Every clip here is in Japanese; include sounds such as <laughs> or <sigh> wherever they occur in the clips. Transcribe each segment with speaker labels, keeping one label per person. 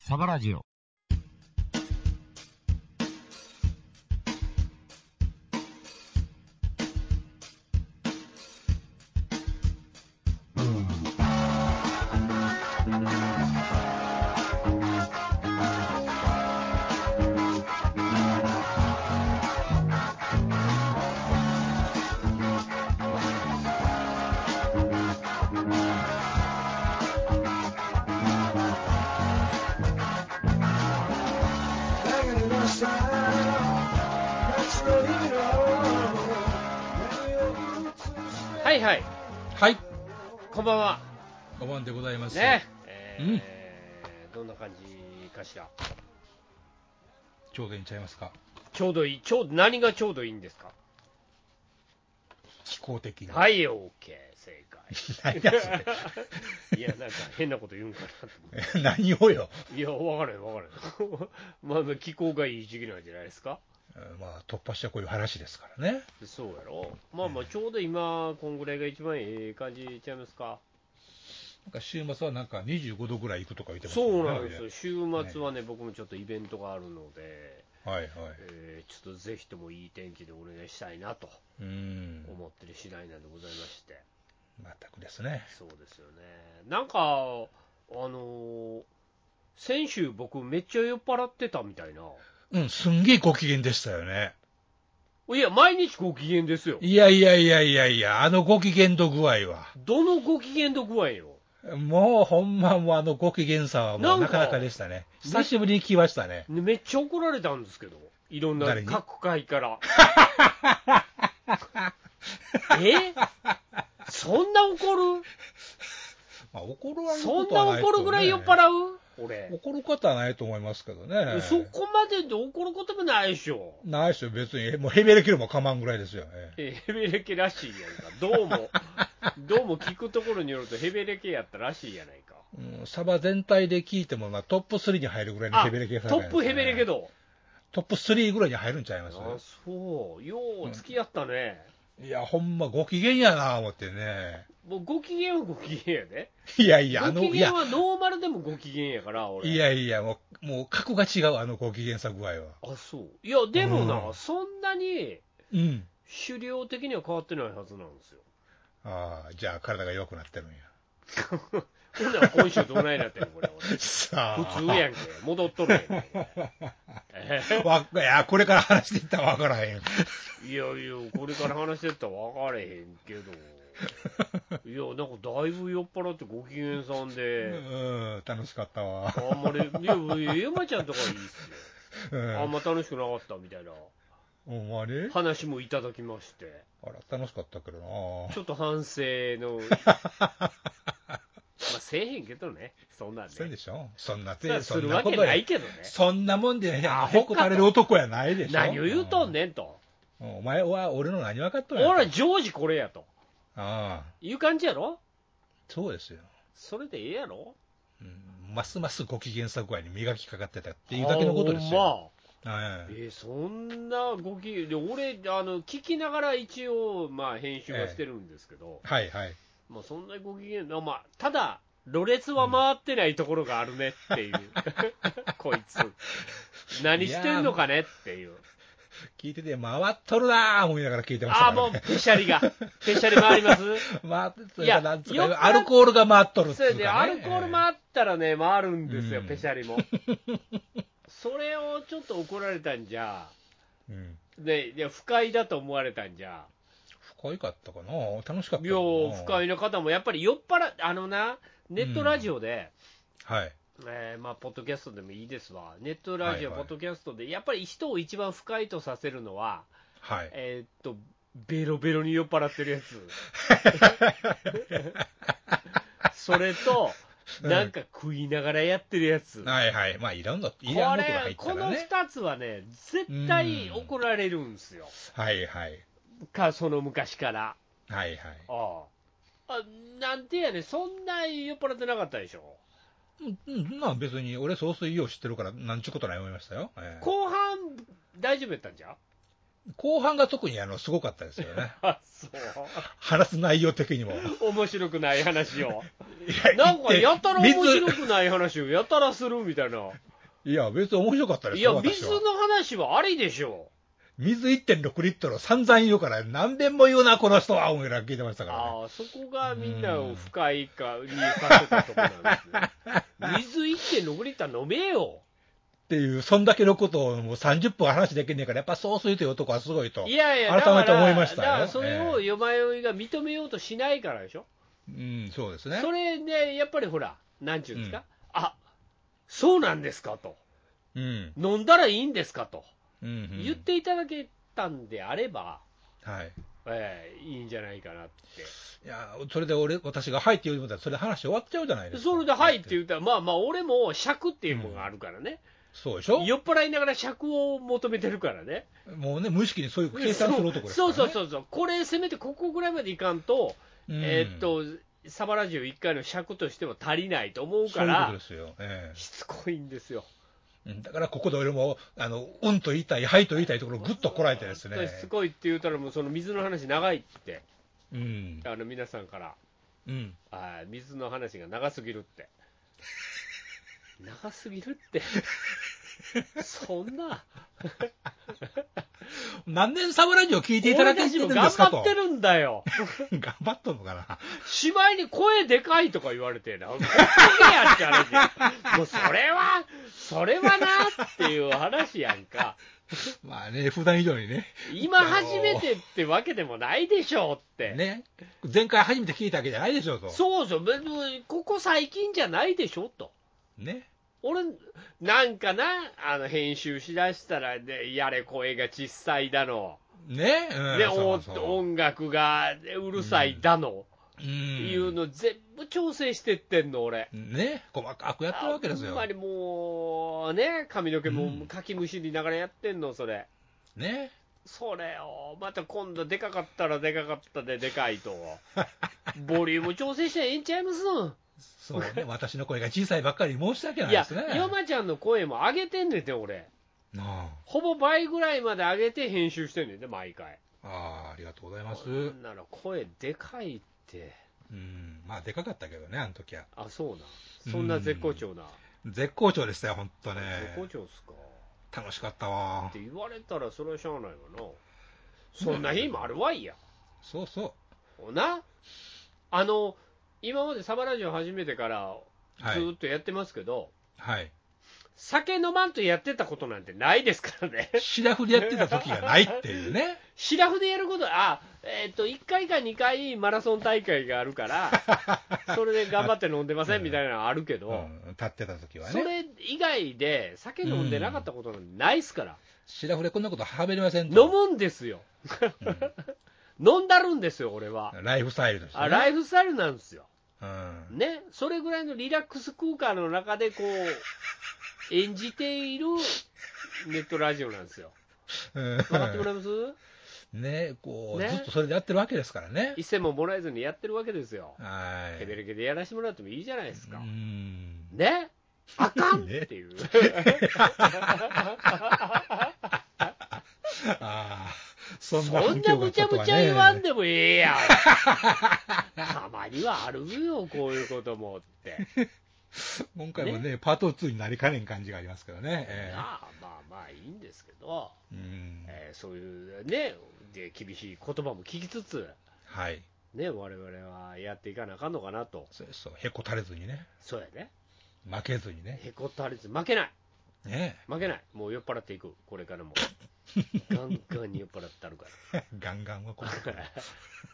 Speaker 1: サバラジオ。
Speaker 2: は
Speaker 3: はい。
Speaker 2: はいい、
Speaker 3: はい。
Speaker 2: こんばんは。
Speaker 3: お晩でございます。
Speaker 2: ね、えー
Speaker 3: うん
Speaker 2: どんな感じかしら。
Speaker 3: ちょうどいいんちゃいますか。
Speaker 2: ちょうどいい、ちょうど何がちょうどいいんですか。
Speaker 3: 気候的に。。
Speaker 2: はいい、OK、正
Speaker 3: 何やそれ。
Speaker 2: 解。いや、なんか変なこと言うんかなと思
Speaker 3: <laughs>
Speaker 2: っ
Speaker 3: 何をよ。
Speaker 2: て。いや、分からへん、分からへ <laughs> ん。まあ、気候がいい時期なんじゃないですか。
Speaker 3: うんまあ、突破したこういう話ですからね。
Speaker 2: そうやろ。まあまあ、ちょうど今、こんぐらいが一番ええ感じちゃいますか。
Speaker 3: なんか週末はなんか25度ぐらい行くとか言ってます
Speaker 2: そうなんです
Speaker 3: よ
Speaker 2: よ。
Speaker 3: ね。
Speaker 2: 週末はね、僕もちょっとイベントがあるので、
Speaker 3: はいはい。
Speaker 2: えーちょっとぜひともいい天気でお願いしたいなと。
Speaker 3: うん。
Speaker 2: 思ってる次第なんでございまして、
Speaker 3: 全くですね。
Speaker 2: そうですよね、なんか、あのー先週、僕、めっちゃ酔っ払ってたみたいな、
Speaker 3: うん、すんげえご機嫌でしたよね。
Speaker 2: いや、毎日ご機嫌ですよ、
Speaker 3: いやいやいやいやいや、あのご機嫌度具合は。
Speaker 2: どのご機嫌度具合よ、
Speaker 3: もうほんまもうあのご機嫌さはもう
Speaker 2: なん
Speaker 3: な
Speaker 2: か
Speaker 3: かなかでしたね。久しぶりに聞きましたね。
Speaker 2: ねめっちゃ怒られたんですけど、いろんな
Speaker 3: 誰に
Speaker 2: 各界から。えそんな怒る
Speaker 3: まあ、怒るわけ
Speaker 2: そ
Speaker 3: こ
Speaker 2: ん
Speaker 3: と
Speaker 2: な
Speaker 3: はないと
Speaker 2: 怒るぐらい酔っ払う俺、
Speaker 3: 怒ることはないと思いますけどね。
Speaker 2: そこまでで怒ることもないでしょ。
Speaker 3: ないですよ、別に。もうヘベレキルも構わんぐらいですよ。ええ
Speaker 2: えーヘベレケらしいやんか、どう
Speaker 3: <laughs>
Speaker 2: も、どうも聞くところによると、ヘベレケやったらしいやないか、
Speaker 3: うん、サバ全体で聞いても、まあ、トップ3に入るぐらいの
Speaker 2: あ
Speaker 3: ヘベレキルさ
Speaker 2: トップヘベレケ
Speaker 3: ど。
Speaker 2: ど、
Speaker 3: トップ3ぐらいに入るんちゃい
Speaker 2: あ
Speaker 3: ます
Speaker 2: そう、よう付き合ったね、
Speaker 3: いや、ほんまご機嫌やな思ってね。
Speaker 2: もうご機嫌はご機嫌やで、
Speaker 3: いやいや、あ
Speaker 2: ご
Speaker 3: の、
Speaker 2: 機
Speaker 3: い
Speaker 2: 嫌
Speaker 3: や、
Speaker 2: はノーマルでもご機嫌やから、俺、
Speaker 3: いやいや、もう、もう格が違う、あのご機嫌さ具合は。
Speaker 2: あそう、いや、でもな、
Speaker 3: うん
Speaker 2: そんなに
Speaker 3: うん。
Speaker 2: 狩猟的には変わってないはずなんですよ、
Speaker 3: ああ、じゃあ体が弱くなってるんや。 <laughs>
Speaker 2: ほんなら今週どないなってんの、これ、俺
Speaker 3: さあ。
Speaker 2: 普通やんけ、戻っ
Speaker 3: <laughs>
Speaker 2: とるやんけ。 <laughs> えー
Speaker 3: わいや、これから話していったらわからへん。
Speaker 2: いやいや、これから話してったら分かれへんけど、
Speaker 3: <laughs>
Speaker 2: いや、なんかだいぶ酔っ払ってご機嫌さんで、
Speaker 3: うん、楽しかったわ。
Speaker 2: あんまり、いや、山ちゃんとかいいっす
Speaker 3: う
Speaker 2: よ、あん
Speaker 3: ん。
Speaker 2: ま楽しくなかったみたいな
Speaker 3: ほんまに
Speaker 2: 話もいただきまして、
Speaker 3: あら、楽しかったけどな。
Speaker 2: ちょっと反省
Speaker 3: <laughs>
Speaker 2: の、まあ、せえへんけどね、そんなん
Speaker 3: そう
Speaker 2: ね
Speaker 3: で。しょそんな
Speaker 2: そんな
Speaker 3: て、
Speaker 2: んす
Speaker 3: そん
Speaker 2: る
Speaker 3: な
Speaker 2: わ
Speaker 3: こ
Speaker 2: け
Speaker 3: と
Speaker 2: な
Speaker 3: や
Speaker 2: い。けどね、
Speaker 3: そんなもんで、アホこかれる男やないでしょ。
Speaker 2: 何を言うとんねんと、
Speaker 3: うん。お前は俺の何分かっとんやん
Speaker 2: 俺、常時これやと
Speaker 3: ああ、
Speaker 2: いう感じやろ、
Speaker 3: そうですよ。
Speaker 2: それでええやろ
Speaker 3: うんますますご機嫌さ具合に磨きかかってたっていうだけのことです
Speaker 2: あほん
Speaker 3: よ。
Speaker 2: ま
Speaker 3: はい
Speaker 2: えーそんなごきで俺あの、聞きながら一応、まあ、編集はしてるんですけど、
Speaker 3: はいはい。
Speaker 2: まあ、そんなご機嫌な、まあ、ただ、ろれつは回ってないところがあるねっていう、こいつ、何してんのかねっていう、
Speaker 3: 聞いてて、回っとるなー思いながら聞いてまし
Speaker 2: あ
Speaker 3: た
Speaker 2: あー、
Speaker 3: から
Speaker 2: もう
Speaker 3: ね。
Speaker 2: ペシャリが、ペシャリ回ります
Speaker 3: <laughs> 回って
Speaker 2: いや
Speaker 3: なんつう
Speaker 2: 酔っ払っ
Speaker 3: か、アルコールが回っとるっつ
Speaker 2: そうや
Speaker 3: う
Speaker 2: ね、
Speaker 3: か
Speaker 2: ア
Speaker 3: ね
Speaker 2: ルコール回ったらね、回るんですよ、
Speaker 3: うん
Speaker 2: ペシャ <laughs> リも。それをちょっと怒られたんじゃ、
Speaker 3: うん
Speaker 2: ね、いや不快だと思われたんじゃ。
Speaker 3: 深いかったかな楽しかった
Speaker 2: いやー、不快
Speaker 3: い。
Speaker 2: の方もやっぱり酔っ払っあのな、ネットラジオで、
Speaker 3: はい。
Speaker 2: えーまあ、ポッドキャストでもいいですわ、ネットラジオ、
Speaker 3: はいはい
Speaker 2: ポッドキャストで、やっぱり人を一番不快とさせるのは、
Speaker 3: はい。
Speaker 2: えーっと、ベロベロに酔っ払ってるや
Speaker 3: <laughs>
Speaker 2: つ、それと、
Speaker 3: うん
Speaker 2: なんか食いながらやってるやつ、こ
Speaker 3: はいはい。まあ、いろんな、いろんなことが入
Speaker 2: れ、
Speaker 3: った
Speaker 2: こ
Speaker 3: ら
Speaker 2: の
Speaker 3: ね。
Speaker 2: 2つはね、絶対怒られるんですよ、
Speaker 3: はいはい。
Speaker 2: かその昔から。
Speaker 3: はいはい。
Speaker 2: あああなんてやねんそんな酔っ払ってなかったでしょ。
Speaker 3: うんうん、まあ別に、俺、総水を知ってるから、なんちゅうことない思いましたよ。ええ
Speaker 2: 後半大丈夫やったんじゃ。
Speaker 3: 後半が特にあのすごかったですよね
Speaker 2: <laughs> あ、そ
Speaker 3: 話す内容的にも。
Speaker 2: う。面白くない話を。
Speaker 3: い
Speaker 2: なんか、やたら面白
Speaker 3: 水
Speaker 2: くない話をやたらするみたいな。
Speaker 3: いや、別に面白かったで
Speaker 2: い
Speaker 3: す
Speaker 2: や、
Speaker 3: よ。私
Speaker 2: 水の
Speaker 3: は
Speaker 2: 話はありでしょ
Speaker 3: 水1.6リットルを散々言うから、何遍も言うな、この人は、音楽聞いてました
Speaker 2: う。
Speaker 3: からね。
Speaker 2: ああ、そこがみんなを不快かにかせたとこなんですね。水1.6リッター飲めよ。
Speaker 3: っていう、そんだけのことをもう30分話できんねえから、やっぱ総帥という男はすごいと。
Speaker 2: いやいや、
Speaker 3: 改めて
Speaker 2: だから
Speaker 3: 思いましたよ
Speaker 2: だからそれをよまよいが認めようとしないからでしょ。
Speaker 3: うん、そうですね
Speaker 2: そ。れね、やっぱりほら、なんちゅうんですか、あそうなんですかと、
Speaker 3: うん。
Speaker 2: 飲んだらいいんですかと、
Speaker 3: うん、うん
Speaker 2: 言っていただけたんであれば、
Speaker 3: はい。
Speaker 2: えーいいんじゃないかなって、
Speaker 3: いや、それで俺、私がはいって言うたら、それで話終わっちゃうじゃないですか。
Speaker 2: それではいって言ったら、まあまあ、俺も尺っていうものがあるからね、
Speaker 3: そうでしょ
Speaker 2: 酔っ払いながら尺を求めてるからね、
Speaker 3: もうね、無意識にそういう計算する男ですから、
Speaker 2: そう
Speaker 3: ね。
Speaker 2: そうそうそう、これ、せめてここぐらいまでいかんと、
Speaker 3: うん
Speaker 2: えーっ、と、サバラジオ1回の尺としても足りないと思う
Speaker 3: そ
Speaker 2: か
Speaker 3: ういうこ
Speaker 2: ら
Speaker 3: とで。すよ。え
Speaker 2: しつこいんですよ、
Speaker 3: えうんだから、ここで俺も、あの、うんと言いたい、はいと言いたいところをぐっとこらえてですね。
Speaker 2: しつこいって言うたら、もうその水の話長いって、
Speaker 3: うん。
Speaker 2: あの皆さんから、
Speaker 3: うん。
Speaker 2: あー水の話が長すぎ
Speaker 3: <laughs>
Speaker 2: るって、長すぎるって、そんな、
Speaker 3: 何年サブラジオ聞いていただ
Speaker 2: 俺
Speaker 3: け
Speaker 2: た
Speaker 3: て
Speaker 2: ち
Speaker 3: る
Speaker 2: も
Speaker 3: ん
Speaker 2: 頑
Speaker 3: ですか
Speaker 2: 張
Speaker 3: と
Speaker 2: っ。てるんだよ、
Speaker 3: 頑張っとんのかな。
Speaker 2: しまいに声でかいとか言われて、なんか、やって話、もうそれは、それはなっていう話やんか、
Speaker 3: まあね、普段以上にね。
Speaker 2: 今初めてってわけでもないでしょうって。
Speaker 3: ね。前回初めて聞いたわけじゃないでしょうと。
Speaker 2: そうそう、別にここ最近じゃないでしょと。
Speaker 3: ね。
Speaker 2: 俺、なんかな、あの、編集しだしたら、ね、やれ声が小さいだの。
Speaker 3: ね。うん
Speaker 2: で、
Speaker 3: そ
Speaker 2: お
Speaker 3: うそう
Speaker 2: 音楽がうるさいだの。
Speaker 3: うん
Speaker 2: いうの全部調整してってんの、俺。
Speaker 3: ね。細かくやってるわけです
Speaker 2: あ
Speaker 3: よ
Speaker 2: ほんま。にもう、ね、髪の毛
Speaker 3: う
Speaker 2: も
Speaker 3: ん
Speaker 2: かきむしりながらやってんの、それ。
Speaker 3: ね。
Speaker 2: それを、また今度でかかったらでかかったででか
Speaker 3: <laughs>
Speaker 2: いと。ボリューム調整したらええんちゃいますの
Speaker 3: そうね。私の声が小さいばっかり申し訳ない
Speaker 2: いや
Speaker 3: ですね。、
Speaker 2: ヨマちゃんの声も上げてんねんて、俺。
Speaker 3: なあ
Speaker 2: ほぼ倍ぐらいまで上げて編集してんねんて、毎回。
Speaker 3: ああ、ありがとうございます。
Speaker 2: こ
Speaker 3: うん
Speaker 2: なら声でかいって。
Speaker 3: ん。まあ、でかかったけどね、あの時は。
Speaker 2: あ、そうな。そんな絶好調な。
Speaker 3: 絶好調でしたよ、本当ね。
Speaker 2: 絶好調っすか。
Speaker 3: 楽しかったわ
Speaker 2: っ。て言われたらそれはしゃあないわな。そんな日もあるわいや。
Speaker 3: そうそ
Speaker 2: ほな。あの、今までサバラジオ始めてから
Speaker 3: う。は
Speaker 2: ず
Speaker 3: い。
Speaker 2: ーっとやってますけど、
Speaker 3: はい。
Speaker 2: 酒飲まんとやってたことなんてないですからね。 <laughs>
Speaker 3: 白振りやってた時がないっていうね。
Speaker 2: シラフでやること、あ、えっ、と、1回か2回マラソン大会がある
Speaker 3: <laughs>
Speaker 2: から、それで頑張って飲んでませんみたいなのあるけど、
Speaker 3: うん、立ってた時は
Speaker 2: そ
Speaker 3: ね。
Speaker 2: れ以外で酒飲んでなかったことなんてないっすから、
Speaker 3: 白振りこんなことはべりませんと
Speaker 2: 飲むんですよ、飲んだるんですよ、俺は。
Speaker 3: ライフスタイルです
Speaker 2: あ
Speaker 3: ね。
Speaker 2: ライフスタイルなんですよ、
Speaker 3: うん。
Speaker 2: ね、それぐらいのリラックス空間の中でこう演じているネットラジオなんですよ、
Speaker 3: うん
Speaker 2: 分かってもらえます
Speaker 3: ね、こう、
Speaker 2: ね
Speaker 3: ずっとそれでやってるわけですからね。
Speaker 2: 一銭ももらえずにやってるわけですよ、
Speaker 3: はい。
Speaker 2: ケベレケでやらせてもらってもいいじゃないです
Speaker 3: う
Speaker 2: か。
Speaker 3: ん。
Speaker 2: ねあかんっ
Speaker 3: ね
Speaker 2: ていう。
Speaker 3: ああ、そんな
Speaker 2: そ
Speaker 3: 環
Speaker 2: んな
Speaker 3: 境
Speaker 2: む
Speaker 3: が
Speaker 2: ち
Speaker 3: ちょ
Speaker 2: ゃ
Speaker 3: っと
Speaker 2: む
Speaker 3: は
Speaker 2: ちゃ言わん
Speaker 3: ね。
Speaker 2: でもえ
Speaker 3: <laughs>
Speaker 2: えやん。たまにはあるよ、こういうこともって。
Speaker 3: 今回もね、パート2になりかねん感じがありますけどね。え
Speaker 2: まあまあまあいいんですけど、
Speaker 3: えうん。
Speaker 2: えーそういうね、で厳しい言葉も聞きつつ、
Speaker 3: はい。
Speaker 2: ね、我々はやっていかなあかんのかなと。
Speaker 3: そうそう、へこたれずにね。
Speaker 2: そうやね。
Speaker 3: 負けずにね。
Speaker 2: へこたれず、負けない。 <laughs>
Speaker 3: ね
Speaker 2: 負けない。もう酔っ払っていく。こ
Speaker 3: <laughs>
Speaker 2: れからも。ガンガンに酔っ払ってあるから。
Speaker 3: えガンガンはこう。
Speaker 2: <laughs>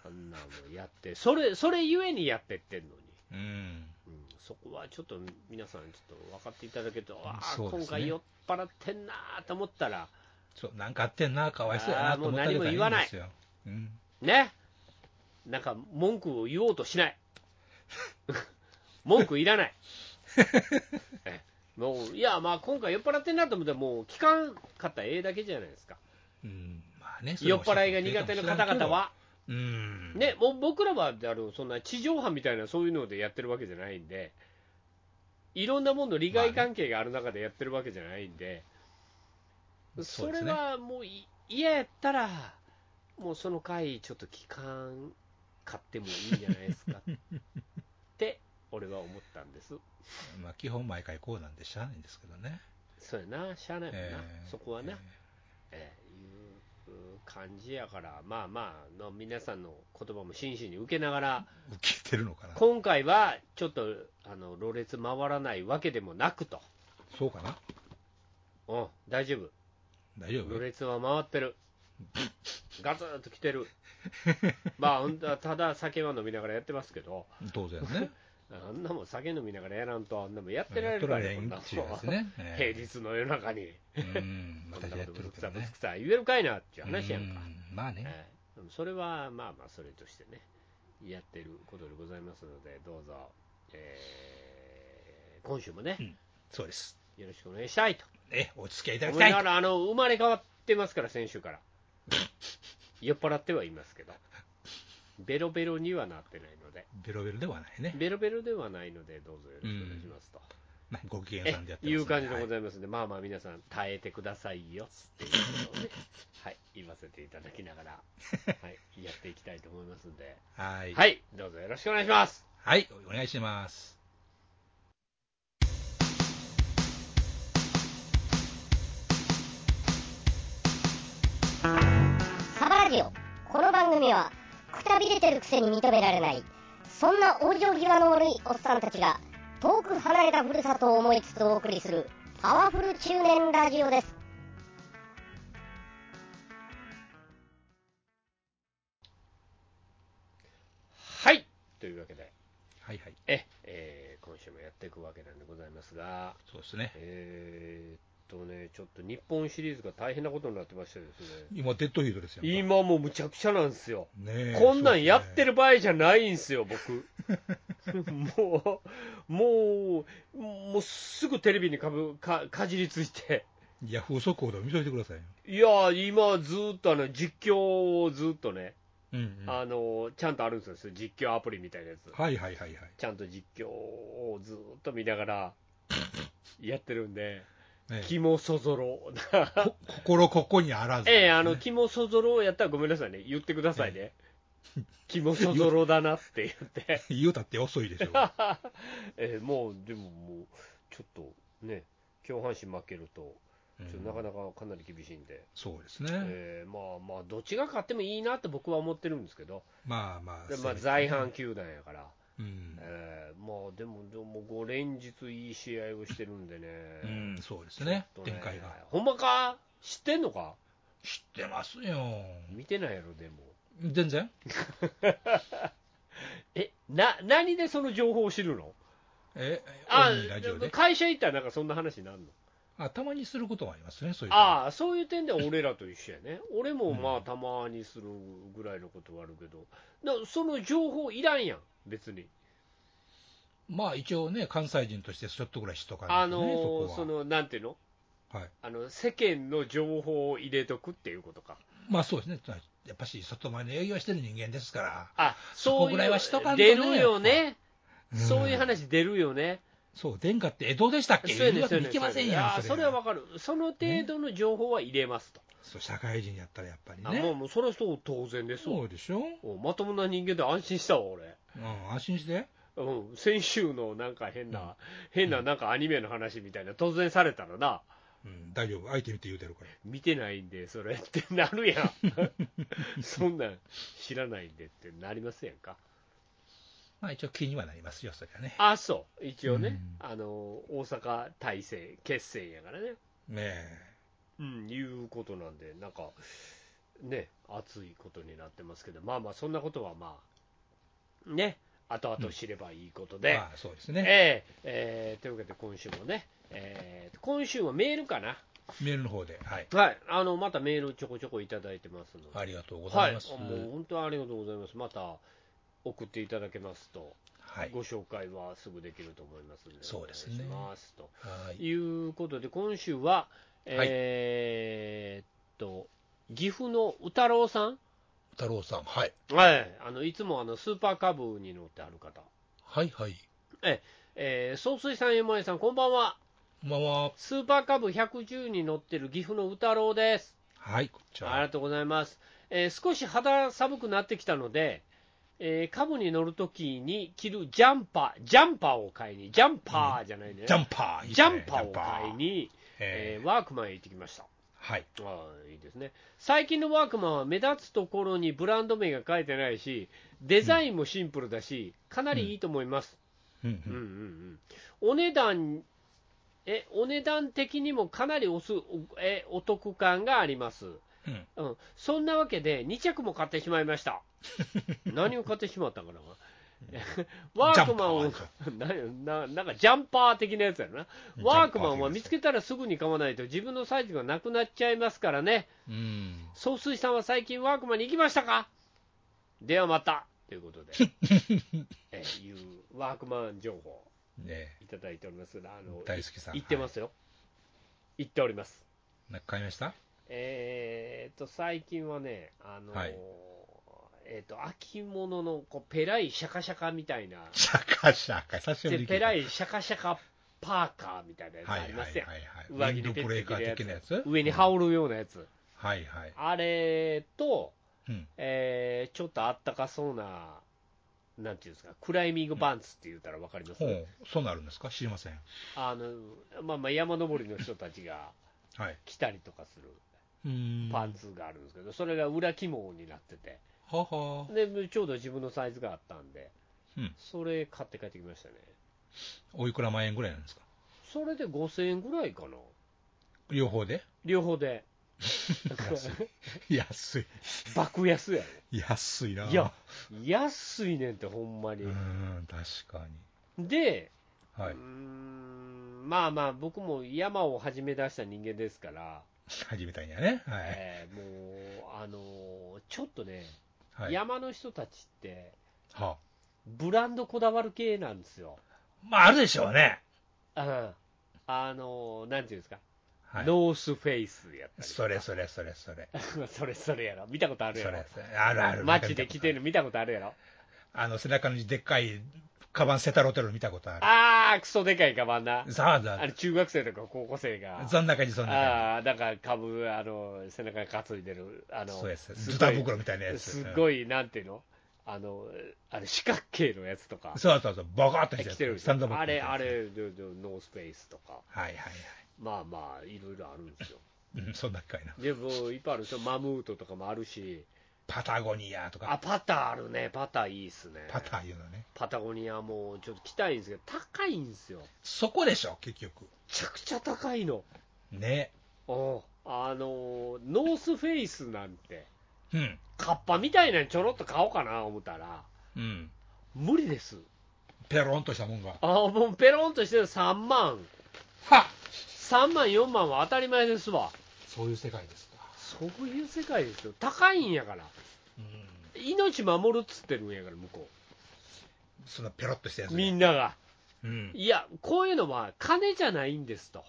Speaker 2: あんなのやって、それ、それゆえにやってってんのに。
Speaker 3: うん。
Speaker 2: うんそこはちょっと皆さん、ちょっと分かっていただけると、ああ、
Speaker 3: そうですね
Speaker 2: 今回酔っ払ってんなーと思ったら、
Speaker 3: そう、なんかあってんな、かわいそうやなと思ったけど
Speaker 2: ああもう何も言わない
Speaker 3: んですよ。うん。
Speaker 2: ね、なんか文句を言おうとしない、文句い
Speaker 3: <laughs>
Speaker 2: らない、えもういや、まあ今回酔っ払ってんなと思ったら、もう聞かんかったらええだけじゃないですか、
Speaker 3: うん。まあね、それ
Speaker 2: 酔っ
Speaker 3: も知らん
Speaker 2: 払いが苦手な方々は、
Speaker 3: けど。うん。
Speaker 2: ね、もう僕らはあのそんな地上波みたいなそういうのでやってるわけじゃないんで、いろんなものの利害関係がある中でやってるわけじゃないんで、
Speaker 3: まあね
Speaker 2: それはもうい嫌やったら、もうその回、ちょっと期間買ってもいいんじゃないですかって、俺は思ったんです。
Speaker 3: まあ、基本毎回こうなんでしゃあないんですけどね。
Speaker 2: そうやな、しゃあないもんな、
Speaker 3: えー
Speaker 2: そこはな、
Speaker 3: え
Speaker 2: えーいう感じやから、まあまあの、皆さんの言葉も真摯に受けながら、
Speaker 3: ー受けてるのかな。
Speaker 2: 今回はちょっとあのろれつ回らないわけでもなくと、
Speaker 3: そうかな。
Speaker 2: うん、大丈夫、
Speaker 3: 大丈
Speaker 2: ろ
Speaker 3: 夫
Speaker 2: れつは回ってる、ガツンと来てる、まあほんとはただ酒は飲みながらやってますけど、
Speaker 3: 当然ね。
Speaker 2: あんなもん酒飲みながらやらんと、あんなもんやってられるから
Speaker 3: やっ
Speaker 2: こん
Speaker 3: と
Speaker 2: な
Speaker 3: ら
Speaker 2: もん
Speaker 3: れへんっちゅうやつね。
Speaker 2: 平
Speaker 3: ええ
Speaker 2: 日の夜中に、
Speaker 3: うん、
Speaker 2: こんな
Speaker 3: 私
Speaker 2: こ
Speaker 3: やっ
Speaker 2: と
Speaker 3: て
Speaker 2: ぶ
Speaker 3: る
Speaker 2: つく
Speaker 3: け
Speaker 2: さ
Speaker 3: ど
Speaker 2: ぶつ
Speaker 3: ね
Speaker 2: く。さ言えるかいなっていう話やんか
Speaker 3: う。んまあね。
Speaker 2: ええでもそれはまあまあそれとしてねやってることでございますのでどうぞ、えー今週もね、
Speaker 3: そうです。
Speaker 2: よろしくお願いしたいと
Speaker 3: ね、お付き合いいただ
Speaker 2: 思
Speaker 3: き
Speaker 2: い
Speaker 3: た。
Speaker 2: ないがらあの生まれ変わってますから先週から <laughs> 酔っ払ってはいますけどベロベロにはなってないので
Speaker 3: ベロベロではないね。
Speaker 2: ベロベロではないのでどうぞよろしくお願いしますと、
Speaker 3: まあご機嫌
Speaker 2: え
Speaker 3: さんでやってますん
Speaker 2: いう感じでご
Speaker 3: はい
Speaker 2: ざいますので、まあまあ皆さん耐えてくださいよっていうこと
Speaker 3: <laughs>
Speaker 2: をねはい言わせていただきながら、はい、やっていきたいと思いますんで
Speaker 3: はい。
Speaker 2: はい、どうぞよろしくお願いします。
Speaker 3: はい、お願いします。
Speaker 1: サバラジオこの番組はくたびれてるくせに認められないそんな往生際の悪いおっさんたちが遠く離れたふるさとを思いつつお送りするパワフル中年ラジオです
Speaker 2: はい、というわけで、
Speaker 3: はいはい。
Speaker 2: え、えー今週もやっていくわけなんでございますが、
Speaker 3: そうですね。
Speaker 2: えーっとね、ちょっと日本シリーズが大変なことになってましてですね、
Speaker 3: 今、デッドヒートですよ。ね
Speaker 2: 今もうむちゃくちゃなんですよ。
Speaker 3: え
Speaker 2: こんなんやって
Speaker 3: る。
Speaker 2: る場合じゃないんですよ、僕。 <laughs> もう、もう、もうすぐテレビにかぶかかじりついて、
Speaker 3: いや、風速報でも見といてくださいよ。
Speaker 2: いやー、今、ずっとあの実況をずっとね、
Speaker 3: うんうん。は
Speaker 2: あのちゃんとあるんですよ、実況アプリみたいなやつ。
Speaker 3: いはいはいはい。
Speaker 2: ちゃんと実況をずーっと見ながらやってるんで、
Speaker 3: ねえ
Speaker 2: 気もそぞろ、
Speaker 3: こ心ここにあらず。
Speaker 2: ええあの
Speaker 3: ね
Speaker 2: 気もそぞろやったらごめんなさいね、言ってくださいね、気もそぞろだなって言って、 <laughs>
Speaker 3: 言うたって遅いでしょ。
Speaker 2: ええもう、でももう、ちょっとね、上半身負けると、
Speaker 3: う
Speaker 2: ちょ
Speaker 3: ん
Speaker 2: っとなかなかかなり厳しいんで、
Speaker 3: そうですね。
Speaker 2: ええまあまあ、どっちが勝ってもいいなって僕は思ってるんですけど、
Speaker 3: まあまあ
Speaker 2: で。
Speaker 3: せ
Speaker 2: ま
Speaker 3: め
Speaker 2: あ、
Speaker 3: て
Speaker 2: 在阪。球団やから。
Speaker 3: うん。
Speaker 2: えーまあでも、でも5連日いい試合をしてるんでね、
Speaker 3: うん、そうですね
Speaker 2: ちょっ。と
Speaker 3: 展開が。
Speaker 2: ほんまか、知ってんのか、
Speaker 3: 知ってますよ。
Speaker 2: 見てないやろ、でも、
Speaker 3: 全然。
Speaker 2: えな何でその情報を知るの
Speaker 3: え、
Speaker 2: あ
Speaker 3: オンリーラジオで。
Speaker 2: 会社行ったらなんかそんな話になるの
Speaker 3: あ、たまにすることもありますね、そういうの。
Speaker 2: ああ、そういう点では俺らと一緒やね、俺もまあたまにするぐらいのことはあるけど、だからその情報いらんやん、別に。
Speaker 3: まあ一応ね、関西人としてちょっとぐらい知っとかな
Speaker 2: あ
Speaker 3: いと
Speaker 2: の
Speaker 3: ね、そ
Speaker 2: ーそ
Speaker 3: こ
Speaker 2: のなんていうの
Speaker 3: は。はい。
Speaker 2: あの世間の情報を入れとくっていうことか。
Speaker 3: まあそうですね。やっぱし外回りの営業してる人間ですから。
Speaker 2: あ
Speaker 3: そ
Speaker 2: そう
Speaker 3: こ
Speaker 2: いう
Speaker 3: ぐらいはしとかんとね
Speaker 2: 出るよね、
Speaker 3: うん
Speaker 2: そういう話出るよね、
Speaker 3: そう、殿下って江戸でしたっけ
Speaker 2: そうやね
Speaker 3: 言うわけ
Speaker 2: そう
Speaker 3: に
Speaker 2: や
Speaker 3: いけ
Speaker 2: ね
Speaker 3: ません
Speaker 2: そうやね
Speaker 3: や
Speaker 2: あ
Speaker 3: ん。
Speaker 2: ーそれはわかる、その程度の情報は入れますと、
Speaker 3: そう社会人やったらやっぱり
Speaker 2: あもう
Speaker 3: ね。
Speaker 2: もうそれはそう当然ですわ
Speaker 3: そうでしょ。
Speaker 2: おまともな人間で安心したわ、俺、
Speaker 3: うん、安心して。
Speaker 2: うん、先週のなんか変な、変ななんかアニメの話みたいな、突然されたらな、
Speaker 3: うん、大丈夫。相手見て言うてるから。
Speaker 2: 見てないんで、それってなるやん、そんなん知らないんでってなりませんか。
Speaker 3: まあ一応気にはなりますよ、それはね。
Speaker 2: あそう一応ね、
Speaker 3: う
Speaker 2: あの大阪大勢決戦やからね、
Speaker 3: ね
Speaker 2: うん、いうことなんで、なんか、ね、熱いことになってますけど、まあまあ、そんなことはまあ、ね、後々知ればいいこと
Speaker 3: え。
Speaker 2: で、
Speaker 3: まあそうですね。
Speaker 2: ええええというわけで、今週もね、ええ今週はメールかな、
Speaker 3: メールの方で。はい。
Speaker 2: はい、あのまたメールちょこちょこいただいてますので、
Speaker 3: ありがとうございます。
Speaker 2: はい、もう本当にありがとうございます、また送っていただけますと、
Speaker 3: はい。
Speaker 2: ご紹介はすぐできると思いますので、
Speaker 3: そうです
Speaker 2: お
Speaker 3: ね
Speaker 2: 願いしますと。
Speaker 3: はい。
Speaker 2: いうことで、今週は、えーっと、岐阜の宇太郎さん、
Speaker 3: 太郎さん。はい。
Speaker 2: はい、あのいつもあのスーパーカブに乗ってある方、
Speaker 3: はいはい。
Speaker 2: えー、総帥さん、山井さん、こんばんは、
Speaker 3: こんばんは。
Speaker 2: スーパーカブ110に乗ってる岐阜の宇太郎です。
Speaker 3: はい、こち
Speaker 2: あり
Speaker 3: ら。
Speaker 2: がとうございます、えー少し肌寒くなってきたので、えー、カブに乗るときに着るジャンパー、ジャンパーを買いに、ジャンパーじゃないね、
Speaker 3: ジャンパーいいっ
Speaker 2: ジ
Speaker 3: すね
Speaker 2: ャンパー
Speaker 3: ジャ
Speaker 2: を買い
Speaker 3: ンパー
Speaker 2: に、え
Speaker 3: え
Speaker 2: ーワークマンへ行ってきました。
Speaker 3: ーはい。
Speaker 2: ああいいですね最近のワークマンは目立つところにブランド名が書いてないし、デザインもシンプルだし、かなりいいと思います。
Speaker 3: うんう
Speaker 2: うんうん
Speaker 3: ん
Speaker 2: うん、お値段え、お値段的にもかなりおすおえお得感があります、
Speaker 3: うん
Speaker 2: うん。そんなわけで、2着も買ってしまい
Speaker 3: <laughs>
Speaker 2: ました。何を買ってしまったんかな。 <laughs> ワークマンを
Speaker 3: ジャン、
Speaker 2: なななんかジャンパー的なやつやな、
Speaker 3: うん
Speaker 2: ワークマン
Speaker 3: ジャンパー
Speaker 2: は
Speaker 3: 的なやつ
Speaker 2: 見つけたらすぐに買わないと、自分のサイズがなくなっちゃいますからね、
Speaker 3: うん。
Speaker 2: 総帥さんは最近ワークマンに行きましたかではまたとい
Speaker 3: <laughs>
Speaker 2: うことで、えーいうワークマン情報
Speaker 3: ね
Speaker 2: いただいておりますあの
Speaker 3: 大好きさん
Speaker 2: い行ってますよ、行っております
Speaker 3: えなんか買いました
Speaker 2: えーっと最近はねあのー、
Speaker 3: はい
Speaker 2: えーっと秋物のこうペライシャカシャカみたいな
Speaker 3: シャカシャカ、久しぶり
Speaker 2: で
Speaker 3: に聞いた。
Speaker 2: ペライシャカシャカパーカーみたいなやつ
Speaker 3: はい
Speaker 2: あ
Speaker 3: はい
Speaker 2: り
Speaker 3: は
Speaker 2: ま
Speaker 3: い
Speaker 2: すよ、
Speaker 3: はい。
Speaker 2: 上
Speaker 3: ウィン
Speaker 2: 着に
Speaker 3: ドブレーカー的なやつ
Speaker 2: 上に羽織るようなやつ、
Speaker 3: はいはい。
Speaker 2: あれと
Speaker 3: うん。
Speaker 2: えーちょっとあったかそうな、なんていうんですか、クライミングパンツって言ったら分かります、
Speaker 3: ほう、そうなるんですか知りません。
Speaker 2: あのまあ、まあ山登りの人たちが
Speaker 3: はい。
Speaker 2: 着たりとかする
Speaker 3: うーん
Speaker 2: パン。ツがあるんですけど、それが裏肝になってて
Speaker 3: はは。
Speaker 2: で、ちょうど自分のサイズがあったんで、
Speaker 3: うん
Speaker 2: それ買って帰ってきましたね、
Speaker 3: おいくら万円ぐらいなんですか
Speaker 2: それで5000円ぐらいかな、
Speaker 3: 両方で
Speaker 2: 両方
Speaker 3: <laughs>
Speaker 2: で、
Speaker 3: 安い。
Speaker 2: 爆安や
Speaker 3: 安いな。
Speaker 2: ろ、いや、安いねんって、ほんま
Speaker 3: う
Speaker 2: に
Speaker 3: ー。ん、確か
Speaker 2: で、
Speaker 3: に。はいう
Speaker 2: ー。んまあまあ、僕も山を始め出した人間ですから、
Speaker 3: 始めたんやね。はい。
Speaker 2: えーもう、あのーちょっとね、
Speaker 3: はい。
Speaker 2: 山の人たちって、
Speaker 3: はあ
Speaker 2: ブランドこだわる系なんですよ。
Speaker 3: まあ、あるでしょうね。
Speaker 2: うんあのーなんていうんですか、
Speaker 3: はい。
Speaker 2: ノースフェイスやったり
Speaker 3: それそれそれそれ。
Speaker 2: とか <laughs> それそれやろ、見たことあ
Speaker 3: そ
Speaker 2: る
Speaker 3: れ
Speaker 2: や
Speaker 3: そ
Speaker 2: ろ
Speaker 3: れ。。あるある。
Speaker 2: 街で着て
Speaker 3: る。
Speaker 2: る見たことあるやろ。
Speaker 3: あの、背中にでっかい、カバンセタロテロ見たことある。
Speaker 2: あー、クソでかいカバンな。
Speaker 3: ざわざ
Speaker 2: あ
Speaker 3: わ
Speaker 2: れ、。中学生とか高校生が。
Speaker 3: ざん中にそんな。
Speaker 2: ああ、だから株、あの、背中に担いでる、あの、
Speaker 3: そうです。ズ
Speaker 2: すご
Speaker 3: タ
Speaker 2: い
Speaker 3: 袋みたいなやつ。
Speaker 2: す
Speaker 3: い。
Speaker 2: ごい、なんていうのあの、あれ、四角形のやつとか、
Speaker 3: そうそうそう。ボコッとして
Speaker 2: 着てるでし
Speaker 3: サ
Speaker 2: ょ
Speaker 3: ンドバッグ
Speaker 2: あ
Speaker 3: みたいな
Speaker 2: れ、
Speaker 3: やつ
Speaker 2: あ。れ、ででノースペースとか、
Speaker 3: はいはい
Speaker 2: まあまあ、いろいろあるんですよ。
Speaker 3: はい。うん、そんなかいな。
Speaker 2: でも、いっぱいあるでしょ、マムートとかもあるし、
Speaker 3: パタゴニアと
Speaker 2: あ、
Speaker 3: か、
Speaker 2: パターあるね、パターいいっすね。
Speaker 3: パタいうのね。
Speaker 2: パタゴニアもちょっと着たいんですけど、高いんですよ。め
Speaker 3: そこでしょ、結局。
Speaker 2: ちゃくちゃ高いの。
Speaker 3: ね。
Speaker 2: おあの、ノースフェイスなんて、
Speaker 3: うん。
Speaker 2: カッパみたいなのちょろっと買おうかな思ったら、
Speaker 3: うん。
Speaker 2: 無理です。
Speaker 3: ペロンとしたもんが。
Speaker 2: ああ、もうペロンとしてる3万、
Speaker 3: は
Speaker 2: 3万、4万は当たり前ですわ。
Speaker 3: そういう世界ですか。
Speaker 2: そういう世界ですよ。高いんやから。
Speaker 3: うん。
Speaker 2: 命守るっつってるんやから、向こ
Speaker 3: そのペロッとしたや
Speaker 2: う。
Speaker 3: つね。
Speaker 2: みんなが。
Speaker 3: うん。
Speaker 2: いや、こういうのは金じゃないんですと。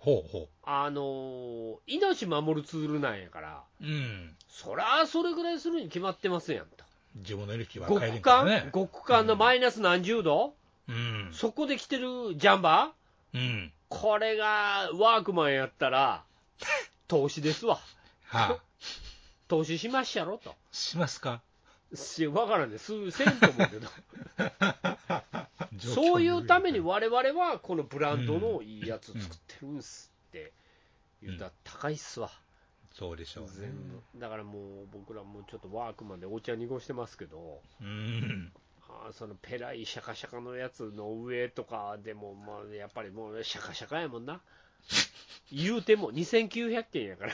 Speaker 3: ほうほ
Speaker 2: あのー命守るツールなんやから、
Speaker 3: う。うん。
Speaker 2: そりゃそれぐらいするに決まってますやんと。
Speaker 3: 自分のエネルギーは変えれん
Speaker 2: 極
Speaker 3: から
Speaker 2: 寒、
Speaker 3: ね。
Speaker 2: 極寒のマイナス何十度、
Speaker 3: うん。
Speaker 2: そこで着てるジャンバ
Speaker 3: う
Speaker 2: ー
Speaker 3: ん。
Speaker 2: これがワークマンやったら、投資ですわ。
Speaker 3: はあ。
Speaker 2: 投資しまっしゃろと。
Speaker 3: しますか
Speaker 2: しわからんね、すせんと思う
Speaker 3: <laughs>
Speaker 2: けど、そういうために我々はこのブランドのいいやつ作ってるんすって言ったら高いっすわ、
Speaker 3: そうでしょうね
Speaker 2: 全。部。だからもう僕らもちょっとワークマンでお茶濁してますけど、
Speaker 3: うん。
Speaker 2: あーそのペライシャカシャカのやつの上とかでも、まあ、やっぱりもうシャカシャカやもんな。言うても2900件やか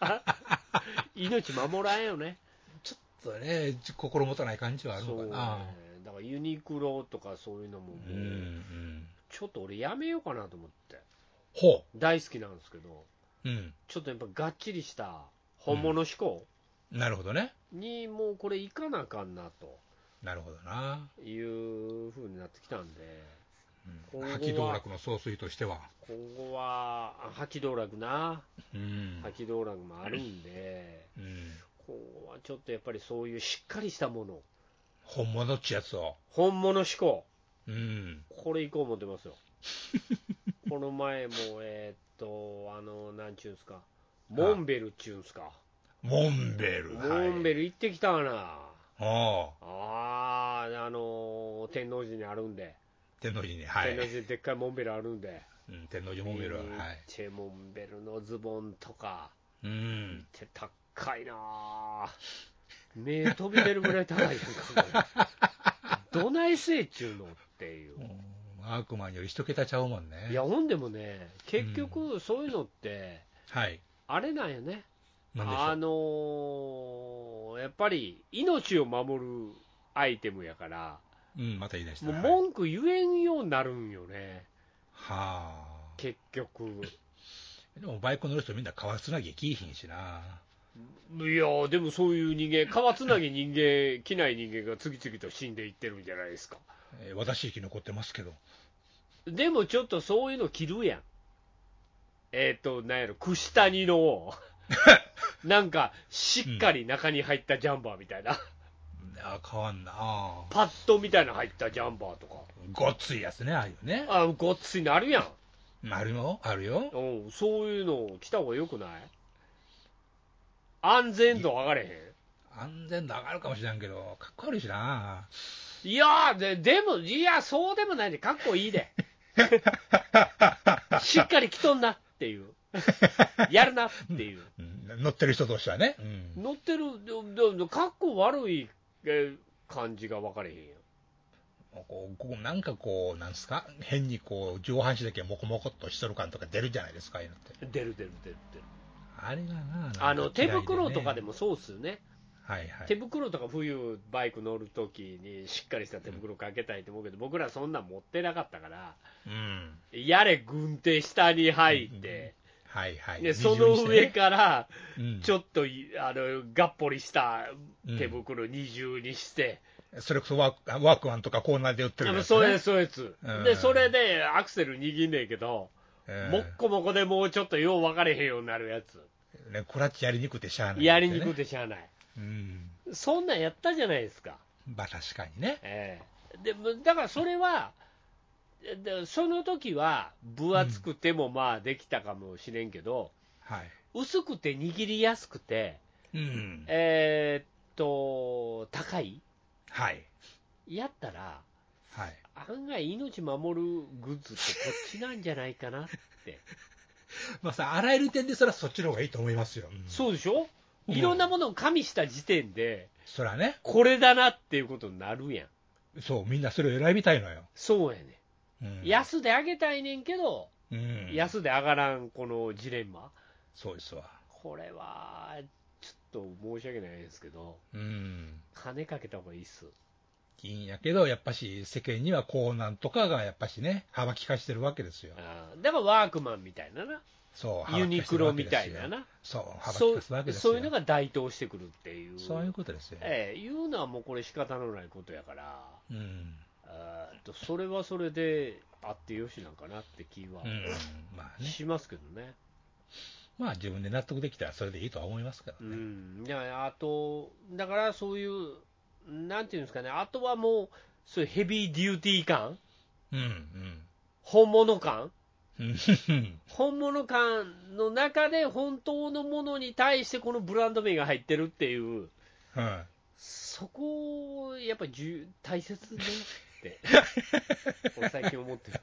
Speaker 2: ら。
Speaker 3: <laughs>
Speaker 2: 命守らんよね。
Speaker 3: ちょっとね、心もたない感じはあるの
Speaker 2: そ
Speaker 3: か
Speaker 2: うね
Speaker 3: な。
Speaker 2: だからユニクロとかそういうのもも
Speaker 3: う。
Speaker 2: うん
Speaker 3: うん。
Speaker 2: ちょっと俺やめようかなと思って、
Speaker 3: ほ
Speaker 2: 大好きなんですけど、
Speaker 3: う。うん。
Speaker 2: ちょっとやっぱがっちりした本物志向
Speaker 3: なるほどね。
Speaker 2: にもうこれいかなあかんな
Speaker 3: なるほどな。
Speaker 2: というふうになってきたんで、
Speaker 3: う
Speaker 2: 今後は
Speaker 3: ん、秋道楽の総帥としては。
Speaker 2: 今後は、あ覇気道楽な、
Speaker 3: うん。
Speaker 2: 覇気道楽もあるんで、
Speaker 3: うん、
Speaker 2: 今後はちょっとやっぱりそういうしっかりしたもの、
Speaker 3: 本物っちやつを。
Speaker 2: 本物志向、
Speaker 3: うん。
Speaker 2: これいこう思って <laughs> ますよ。この前も、えーっと、あの、なんちゅうんですか、モンベルっちゅうんすか、
Speaker 3: モンベル。
Speaker 2: モンベ
Speaker 3: ル。
Speaker 2: ル行ってきたな、
Speaker 3: ああ、
Speaker 2: あー、あのー天王寺にあるんで、
Speaker 3: 天皇寺に、はい
Speaker 2: 天王。寺ででっかいモンベルあるんで、
Speaker 3: うん天皇寺モンベルは、はい。
Speaker 2: チェモンベルのズボンとか、
Speaker 3: うん。
Speaker 2: って高いなあ目飛び出るぐらい高いやんか、こ
Speaker 3: <laughs>
Speaker 2: れどないせいっちゅうのっていう。
Speaker 3: アークマンより一桁ちゃうもんね。
Speaker 2: いや、ほんでもね、結局、そういうのって、
Speaker 3: はい。
Speaker 2: あれなんよね、
Speaker 3: なんでしょ
Speaker 2: あ
Speaker 3: う。
Speaker 2: のーやっぱり命を守るアイテムやから、
Speaker 3: うん、また言い出した。
Speaker 2: もう
Speaker 3: はい
Speaker 2: 文句言えんようになるんよね、
Speaker 3: はあ。
Speaker 2: 結局。い
Speaker 3: でもバイク乗る人みんな革つなぎ着いひんしな。
Speaker 2: やー、でもそういう人間、川つなぎ人間、機内人間が次々と死んでいってるんじゃないですか。
Speaker 3: えー私生き残ってますけど。
Speaker 2: でもちょっとそういうの着るやん。えっ、と、なんやろ、串谷の、なんか、しっかり中に入ったジャンバーみたいな、
Speaker 3: あ変わんな。あ
Speaker 2: パッドみたいなの入ったジャンバーとか、
Speaker 3: ごっついやつね、ああいうね。
Speaker 2: あごっついなるやん、
Speaker 3: あるよ、あるよ。
Speaker 2: うん、そういうの着た方がよくない安全度上がれへ
Speaker 3: 安全度上がるかもしれんけど、かっこ悪いしな。
Speaker 2: んいやーで、でも、いや、そうでもないで、かっこいいで、しっかり着とんなっていう、やるなっていう。
Speaker 3: うん乗ってる人としてはね。うん
Speaker 2: 乗ってる、ででかっこ悪いえ感じが分かれへんやん。
Speaker 3: こうこうなんかこう、なんですか、変にこう上半身だけモコモコっとしとる感とか出るじゃないですか、ああいうのって。
Speaker 2: 出る出る出る出る。
Speaker 3: あれがななんか
Speaker 2: あの、手
Speaker 3: 嫌い
Speaker 2: 袋とかで
Speaker 3: ね。
Speaker 2: もそうっすよね。
Speaker 3: はいはい。
Speaker 2: 手袋とか冬バイク乗るときにしっかりした手袋かけたいと思うけど、僕らそんなん持ってなかったから、
Speaker 3: うん。
Speaker 2: やれ軍手下に入って、
Speaker 3: はいはい。
Speaker 2: で、その上から、ち
Speaker 3: ょ
Speaker 2: ょっとい、あの、がっぽりした手袋二重にして、
Speaker 3: それこそワークワークマンとかコーナーで売ってる
Speaker 2: あ
Speaker 3: や
Speaker 2: の
Speaker 3: つね
Speaker 2: そうです、そうです
Speaker 3: う。ん
Speaker 2: で、それでアクセル握んねえけど、
Speaker 3: うん
Speaker 2: もっこもこでもうちょっとよう分かれへんようになるやつ、
Speaker 3: ね、クラッチやりにくくてしゃあない、
Speaker 2: やりにくく。てしゃあない、
Speaker 3: うん。
Speaker 2: そんなんやったじゃないですか、
Speaker 3: まあ確かにね。
Speaker 2: ええ、でもだからそれは、でその時は分厚くてもまあできたかもしれんけど、
Speaker 3: はい。
Speaker 2: 薄くて握りやすくて、
Speaker 3: うん。
Speaker 2: えーっと、高い、
Speaker 3: はい。
Speaker 2: やったら、
Speaker 3: はい。
Speaker 2: 案外、命守るグッズってこっちなんじゃないか
Speaker 3: <laughs>
Speaker 2: なって、
Speaker 3: まあさ、あらゆる点でそれはそっちの方がいいと思いますよ。うん
Speaker 2: そうでしょ、
Speaker 3: うん
Speaker 2: いろんなものを加味した時点で、
Speaker 3: そらね、
Speaker 2: これだなっていうことになるやん。
Speaker 3: そう、みんなそれを選びたいのよ。
Speaker 2: そうやね、
Speaker 3: うん、
Speaker 2: 安であげたいねんけど、
Speaker 3: うん、
Speaker 2: 安で上がらんこのジレンマ、
Speaker 3: そうですわ。
Speaker 2: これはちょっと申し訳ないですけど、
Speaker 3: うん。
Speaker 2: 金かけた方がいいっす、
Speaker 3: いいんやけど、やっぱし世間にはコーナンとかがやっぱしね、幅利かしてるわけですよ。
Speaker 2: あーだからワークマンみたいなな、
Speaker 3: そう、幅
Speaker 2: ユ
Speaker 3: 利
Speaker 2: ニ
Speaker 3: かして
Speaker 2: ク
Speaker 3: る
Speaker 2: ロ
Speaker 3: わけ
Speaker 2: み
Speaker 3: ですよ
Speaker 2: たいな。な、
Speaker 3: そう、幅利
Speaker 2: そ
Speaker 3: かすわけで
Speaker 2: う
Speaker 3: すよ。
Speaker 2: そういうのが台頭してくるっていう、
Speaker 3: そういうことですよ。
Speaker 2: ええいうのはもうこれ、仕方のないことやから、
Speaker 3: うん。
Speaker 2: あーっとそれはそれであってよしなんかなって気は
Speaker 3: うん。まあね。
Speaker 2: しますけどね。
Speaker 3: まあ自分で納得できたらそれでいいとは思いますから
Speaker 2: う
Speaker 3: ね。
Speaker 2: ん、だからあと、だからそういう、なんていうんですかね、あとはもう、そういうヘビーデューティー感、
Speaker 3: うん。
Speaker 2: 本物感、
Speaker 3: うん。うん。 <laughs>
Speaker 2: 本物感の中で、本当のものに対して、このブランド名が入ってるっていう、
Speaker 3: はい。
Speaker 2: そこをやっぱり重大切ね
Speaker 3: <laughs>
Speaker 2: って、俺、最近思ってる。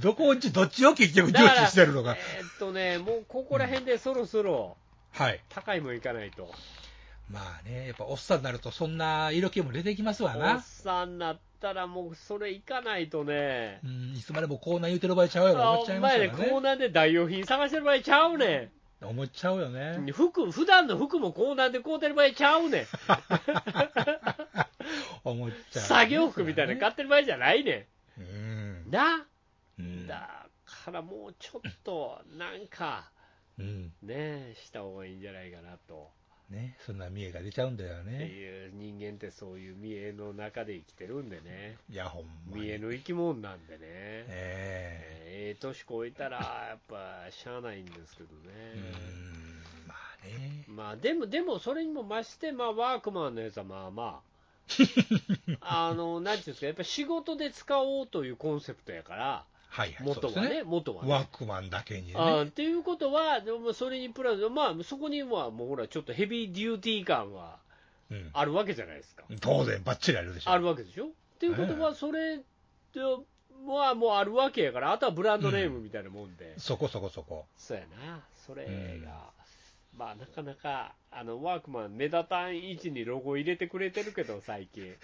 Speaker 3: どこをち、どっちを結局重視してるの
Speaker 2: えー
Speaker 3: か
Speaker 2: っ。とね、もうここら辺でそろそろ
Speaker 3: はい。
Speaker 2: 高いもんいかないと、
Speaker 3: まあね、やっぱおっさんになるとそんな色気も出てきますわ
Speaker 2: おっ
Speaker 3: な。
Speaker 2: さんになったら、もうそれいかないとね
Speaker 3: う。ん、いつまでもこうなん言うてる場合ちゃうやろ、思っ
Speaker 2: お
Speaker 3: ちゃいます
Speaker 2: 前
Speaker 3: よ
Speaker 2: ね、コー
Speaker 3: ね。
Speaker 2: ナーで代用品探してる場合ちゃうね
Speaker 3: 思っちゃうよね
Speaker 2: ん。。服、普段の服もコーナーで買うてる場合ちゃうねん。
Speaker 3: 思っちゃう。
Speaker 2: 作業服みたいなの買
Speaker 3: か。
Speaker 2: ってる場合じゃないね。
Speaker 3: うんん。
Speaker 2: な。
Speaker 3: うん
Speaker 2: だからもうちょっと、なんか、
Speaker 3: うん。
Speaker 2: ね、した方がいいんじゃないかなと。
Speaker 3: ね、そんな見栄が出ちゃうんだよ
Speaker 2: って
Speaker 3: ね。
Speaker 2: いう人間ってそういう見栄の中で生きてるんでね。
Speaker 3: いや、ほんまに。
Speaker 2: 見栄の生き物なんでね。
Speaker 3: え
Speaker 2: ええ年越えたら、やっぱ、しゃあないんですけど
Speaker 3: えう
Speaker 2: ね。
Speaker 3: ん。まあね。
Speaker 2: まあでも、でもそれにも増して、まあ、ワークマンのやつはま
Speaker 3: <laughs>
Speaker 2: あまあ、あのなんていうんですか、やっぱり仕事で使おうというコンセプトやから、
Speaker 3: はいはい、そう
Speaker 2: 元
Speaker 3: です
Speaker 2: はね、
Speaker 3: ね。
Speaker 2: 元はね。
Speaker 3: ワークマンだけにね。
Speaker 2: あ
Speaker 3: は
Speaker 2: ーっていうことは、でもそれにプラス、まあ、そこにはもうほら、ちょっとヘビーデューティー感は
Speaker 3: うん
Speaker 2: あるわけじゃないですか、
Speaker 3: 当然、ばっちりあるでしょ。
Speaker 2: あるわけでしょ。っていうこと
Speaker 3: え
Speaker 2: は、それはもうあるわけやから、あとはブランドネームみたいなもんで、
Speaker 3: そこそこそこ。
Speaker 2: そうやな、それが、まあ、なかなかあのワークマン、目立たん位置にロゴ入れてくれてるけど、最 <laughs> 近、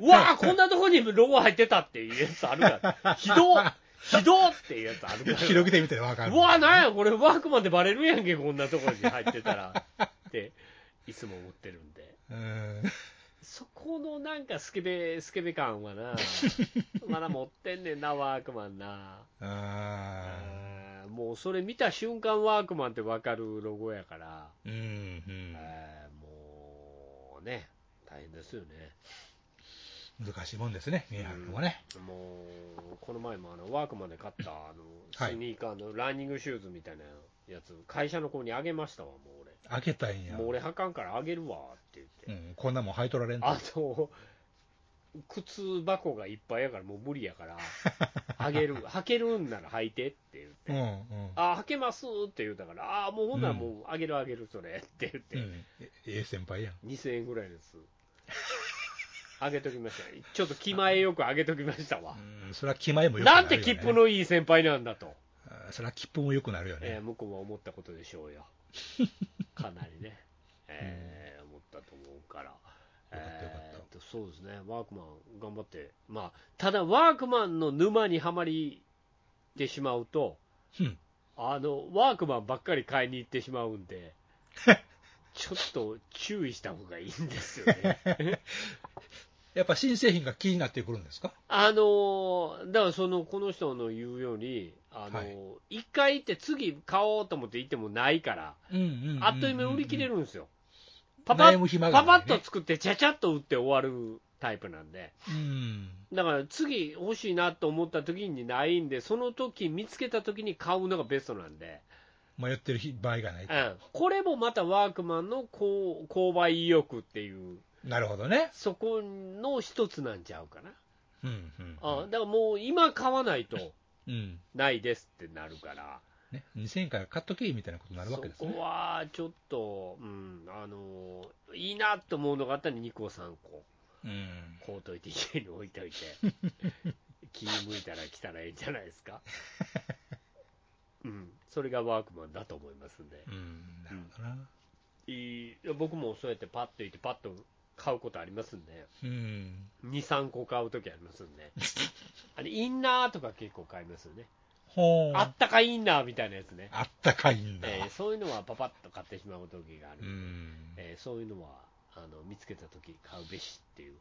Speaker 2: うわあ、こんなとこにロゴ入ってたっていうやつあるから、ひど
Speaker 3: <laughs>
Speaker 2: っひどっっていうやつある <laughs> から。
Speaker 3: 広げてみてわかる。
Speaker 2: うわ、なんや、これ、ワークマンでバレるやんけ、こんなところに入ってたらって、いつも思ってるんで、
Speaker 3: うん。
Speaker 2: そこのなんかスケベ、スケベ感は <laughs> な、まだ持ってんねんな、ワークマン
Speaker 3: あ
Speaker 2: な。あーもうそれ見た瞬間、ワークマンって分かるロゴやから、
Speaker 3: ーうん、うん。
Speaker 2: えーもうね、大変ですよね。
Speaker 3: 難しいもんですね、ミーハルもね。
Speaker 2: もう、この前もあのワークマンで買ったあの
Speaker 3: はい
Speaker 2: スニーカーのランニングシューズみたいなやつ、会社の子にあげましたわ、もう俺。
Speaker 3: 開けたいんや。
Speaker 2: もう俺はかんからあげるわって
Speaker 3: う
Speaker 2: 言って、
Speaker 3: ん、こんなもん履いとられんと
Speaker 2: あと靴箱がいっぱいやからもう無理や
Speaker 3: <laughs>
Speaker 2: からあげる履けるんなら履いてって言って、
Speaker 3: うん、うん。
Speaker 2: あ履けますって言うたからああもうほんならもうあげるあげるそれって言って、
Speaker 3: うん、えええ先輩やん。
Speaker 2: 2000円ぐらいですあげときましたちょっと気前よくあげときましたわ、
Speaker 3: うん、それは気前もよく
Speaker 2: な
Speaker 3: なる
Speaker 2: ん
Speaker 3: よ、ね。
Speaker 2: て切符のいい先輩なんだと、
Speaker 3: あーそれは切符もよくなるよ
Speaker 2: え
Speaker 3: ね
Speaker 2: ー。向こうは思ったことでしょ
Speaker 3: <laughs>
Speaker 2: うよかなりね、えー思ったと思うから
Speaker 3: よかったよかった
Speaker 2: えーっとそうですねワークマン頑張ってまあただワークマンの沼にはまりてしまうと
Speaker 3: うん。
Speaker 2: あのワークマンばっかり買いに行ってしまうん
Speaker 3: <laughs>
Speaker 2: でちょっと注意した方がいいんですよね
Speaker 3: <laughs> やっぱ新製品が気になってくるんですか
Speaker 2: あのーだからそのこの人の言うようにあのー、
Speaker 3: はい
Speaker 2: 一回行って次買おうと思って行ってもないから
Speaker 3: うんうん
Speaker 2: あっという間に売り切れ
Speaker 3: る。
Speaker 2: るんですよ。パパ
Speaker 3: 悩
Speaker 2: ッ
Speaker 3: む暇が
Speaker 2: パパ
Speaker 3: ないね
Speaker 2: ッと作って、ちゃちゃっと売って終わるタイプなんで、
Speaker 3: うん。
Speaker 2: だから次欲しいなと思った時にないんで、その時見つけた時に買うのがベストなんで、
Speaker 3: 迷ってる日場合がない。
Speaker 2: うん、これもまたワークマンの購購買意欲っていう、
Speaker 3: なるほどね。
Speaker 2: そこの一つなんちゃうかな。
Speaker 3: うんうん。
Speaker 2: あだからもう今買わないと
Speaker 3: うん。
Speaker 2: ないですってなるから。
Speaker 3: ね、2000円から買っとけみたいなことになるわけです
Speaker 2: そこ
Speaker 3: ね。
Speaker 2: はちょっと、うん、あのいいなと思うのがあったら2個3個
Speaker 3: うん。
Speaker 2: こうといて家に置いと <laughs> いて気向いたら来たらいいんじゃないですかうんそれがワークマンだと思いますんで
Speaker 3: うん。なるほどな。
Speaker 2: いい僕もそうやってパッと行ってパッと買うことありますんで
Speaker 3: うん。
Speaker 2: 23個買う時ありますん <laughs> であれインナーとか結構買いますよね
Speaker 3: ほう。
Speaker 2: あったかインナーみたいなやつね、
Speaker 3: あったかいんだ。
Speaker 2: えーそういうのはパパッと買ってしまう時がある、
Speaker 3: うん。
Speaker 2: えーそういうのはあの見つけた時買うべしっていう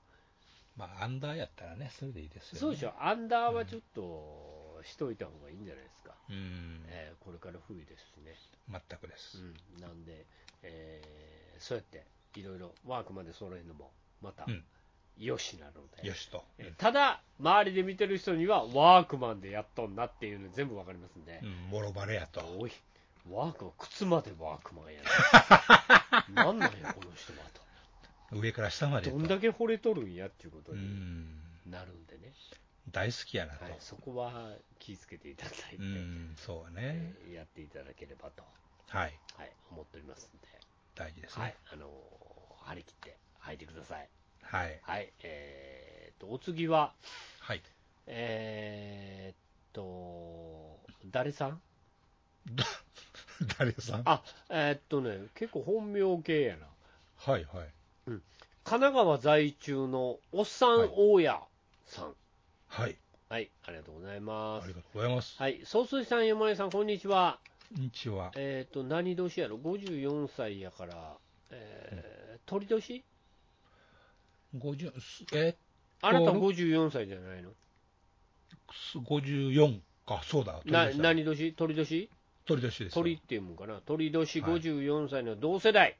Speaker 3: まあ、アンダーやったらね、それでいいですよ、ね。
Speaker 2: そうでしょ。、アンダーはちょっとしといた方がいいんじゃないですか、
Speaker 3: うん。
Speaker 2: えーこれから冬ですしね、
Speaker 3: 全くです。
Speaker 2: うん、なんで、えーそうやっていろいろワークまで揃えるのも、また、
Speaker 3: うん
Speaker 2: よしなので、
Speaker 3: よしと。
Speaker 2: えーただ、周りで見てる人には、ワークマンでやっとんなっていうの全部わかりますんで
Speaker 3: う、ん、もろバレやと。
Speaker 2: おい、ワークマン、靴までワークマンや
Speaker 3: <laughs>
Speaker 2: な、なんなんや、この人は
Speaker 3: 上から下まで
Speaker 2: と、
Speaker 3: と。
Speaker 2: どんだけ惚れとるんやっていうこと
Speaker 3: う
Speaker 2: に
Speaker 3: ん。
Speaker 2: なるんでね、
Speaker 3: 大好きやなと。
Speaker 2: はい、そこは気をつけていただいて。
Speaker 3: うん、そうね。
Speaker 2: えーやっていただければと、
Speaker 3: はい。
Speaker 2: はい、思っておりますので、
Speaker 3: 大事です
Speaker 2: はい
Speaker 3: ね。
Speaker 2: あのー張り切って履いてください。
Speaker 3: はい。
Speaker 2: はい、えー、とお次は、
Speaker 3: はい。 <laughs>
Speaker 2: えー、と誰さん
Speaker 3: だ誰さんは
Speaker 2: あえー、っとね、結構本名系やな、
Speaker 3: いはい。
Speaker 2: 神奈川在住のおっさん大家さん、はい、
Speaker 3: はい。
Speaker 2: ありがとうござい
Speaker 3: あ
Speaker 2: ます
Speaker 3: り。がとうございます。
Speaker 2: はい、総帥さん、山根さん、こんにちは。
Speaker 3: こんにちは。
Speaker 2: えー、と何年やろ、54歳やから、えー、鳥年
Speaker 3: 50、え
Speaker 2: あなた54歳じゃないの
Speaker 3: ー、54か、そうだ。
Speaker 2: な
Speaker 3: 鳥年だ
Speaker 2: 何年鳥年
Speaker 3: 鳥年ですよ。
Speaker 2: 鳥っていうもんかな鳥年
Speaker 3: はい
Speaker 2: 54歳の同世代、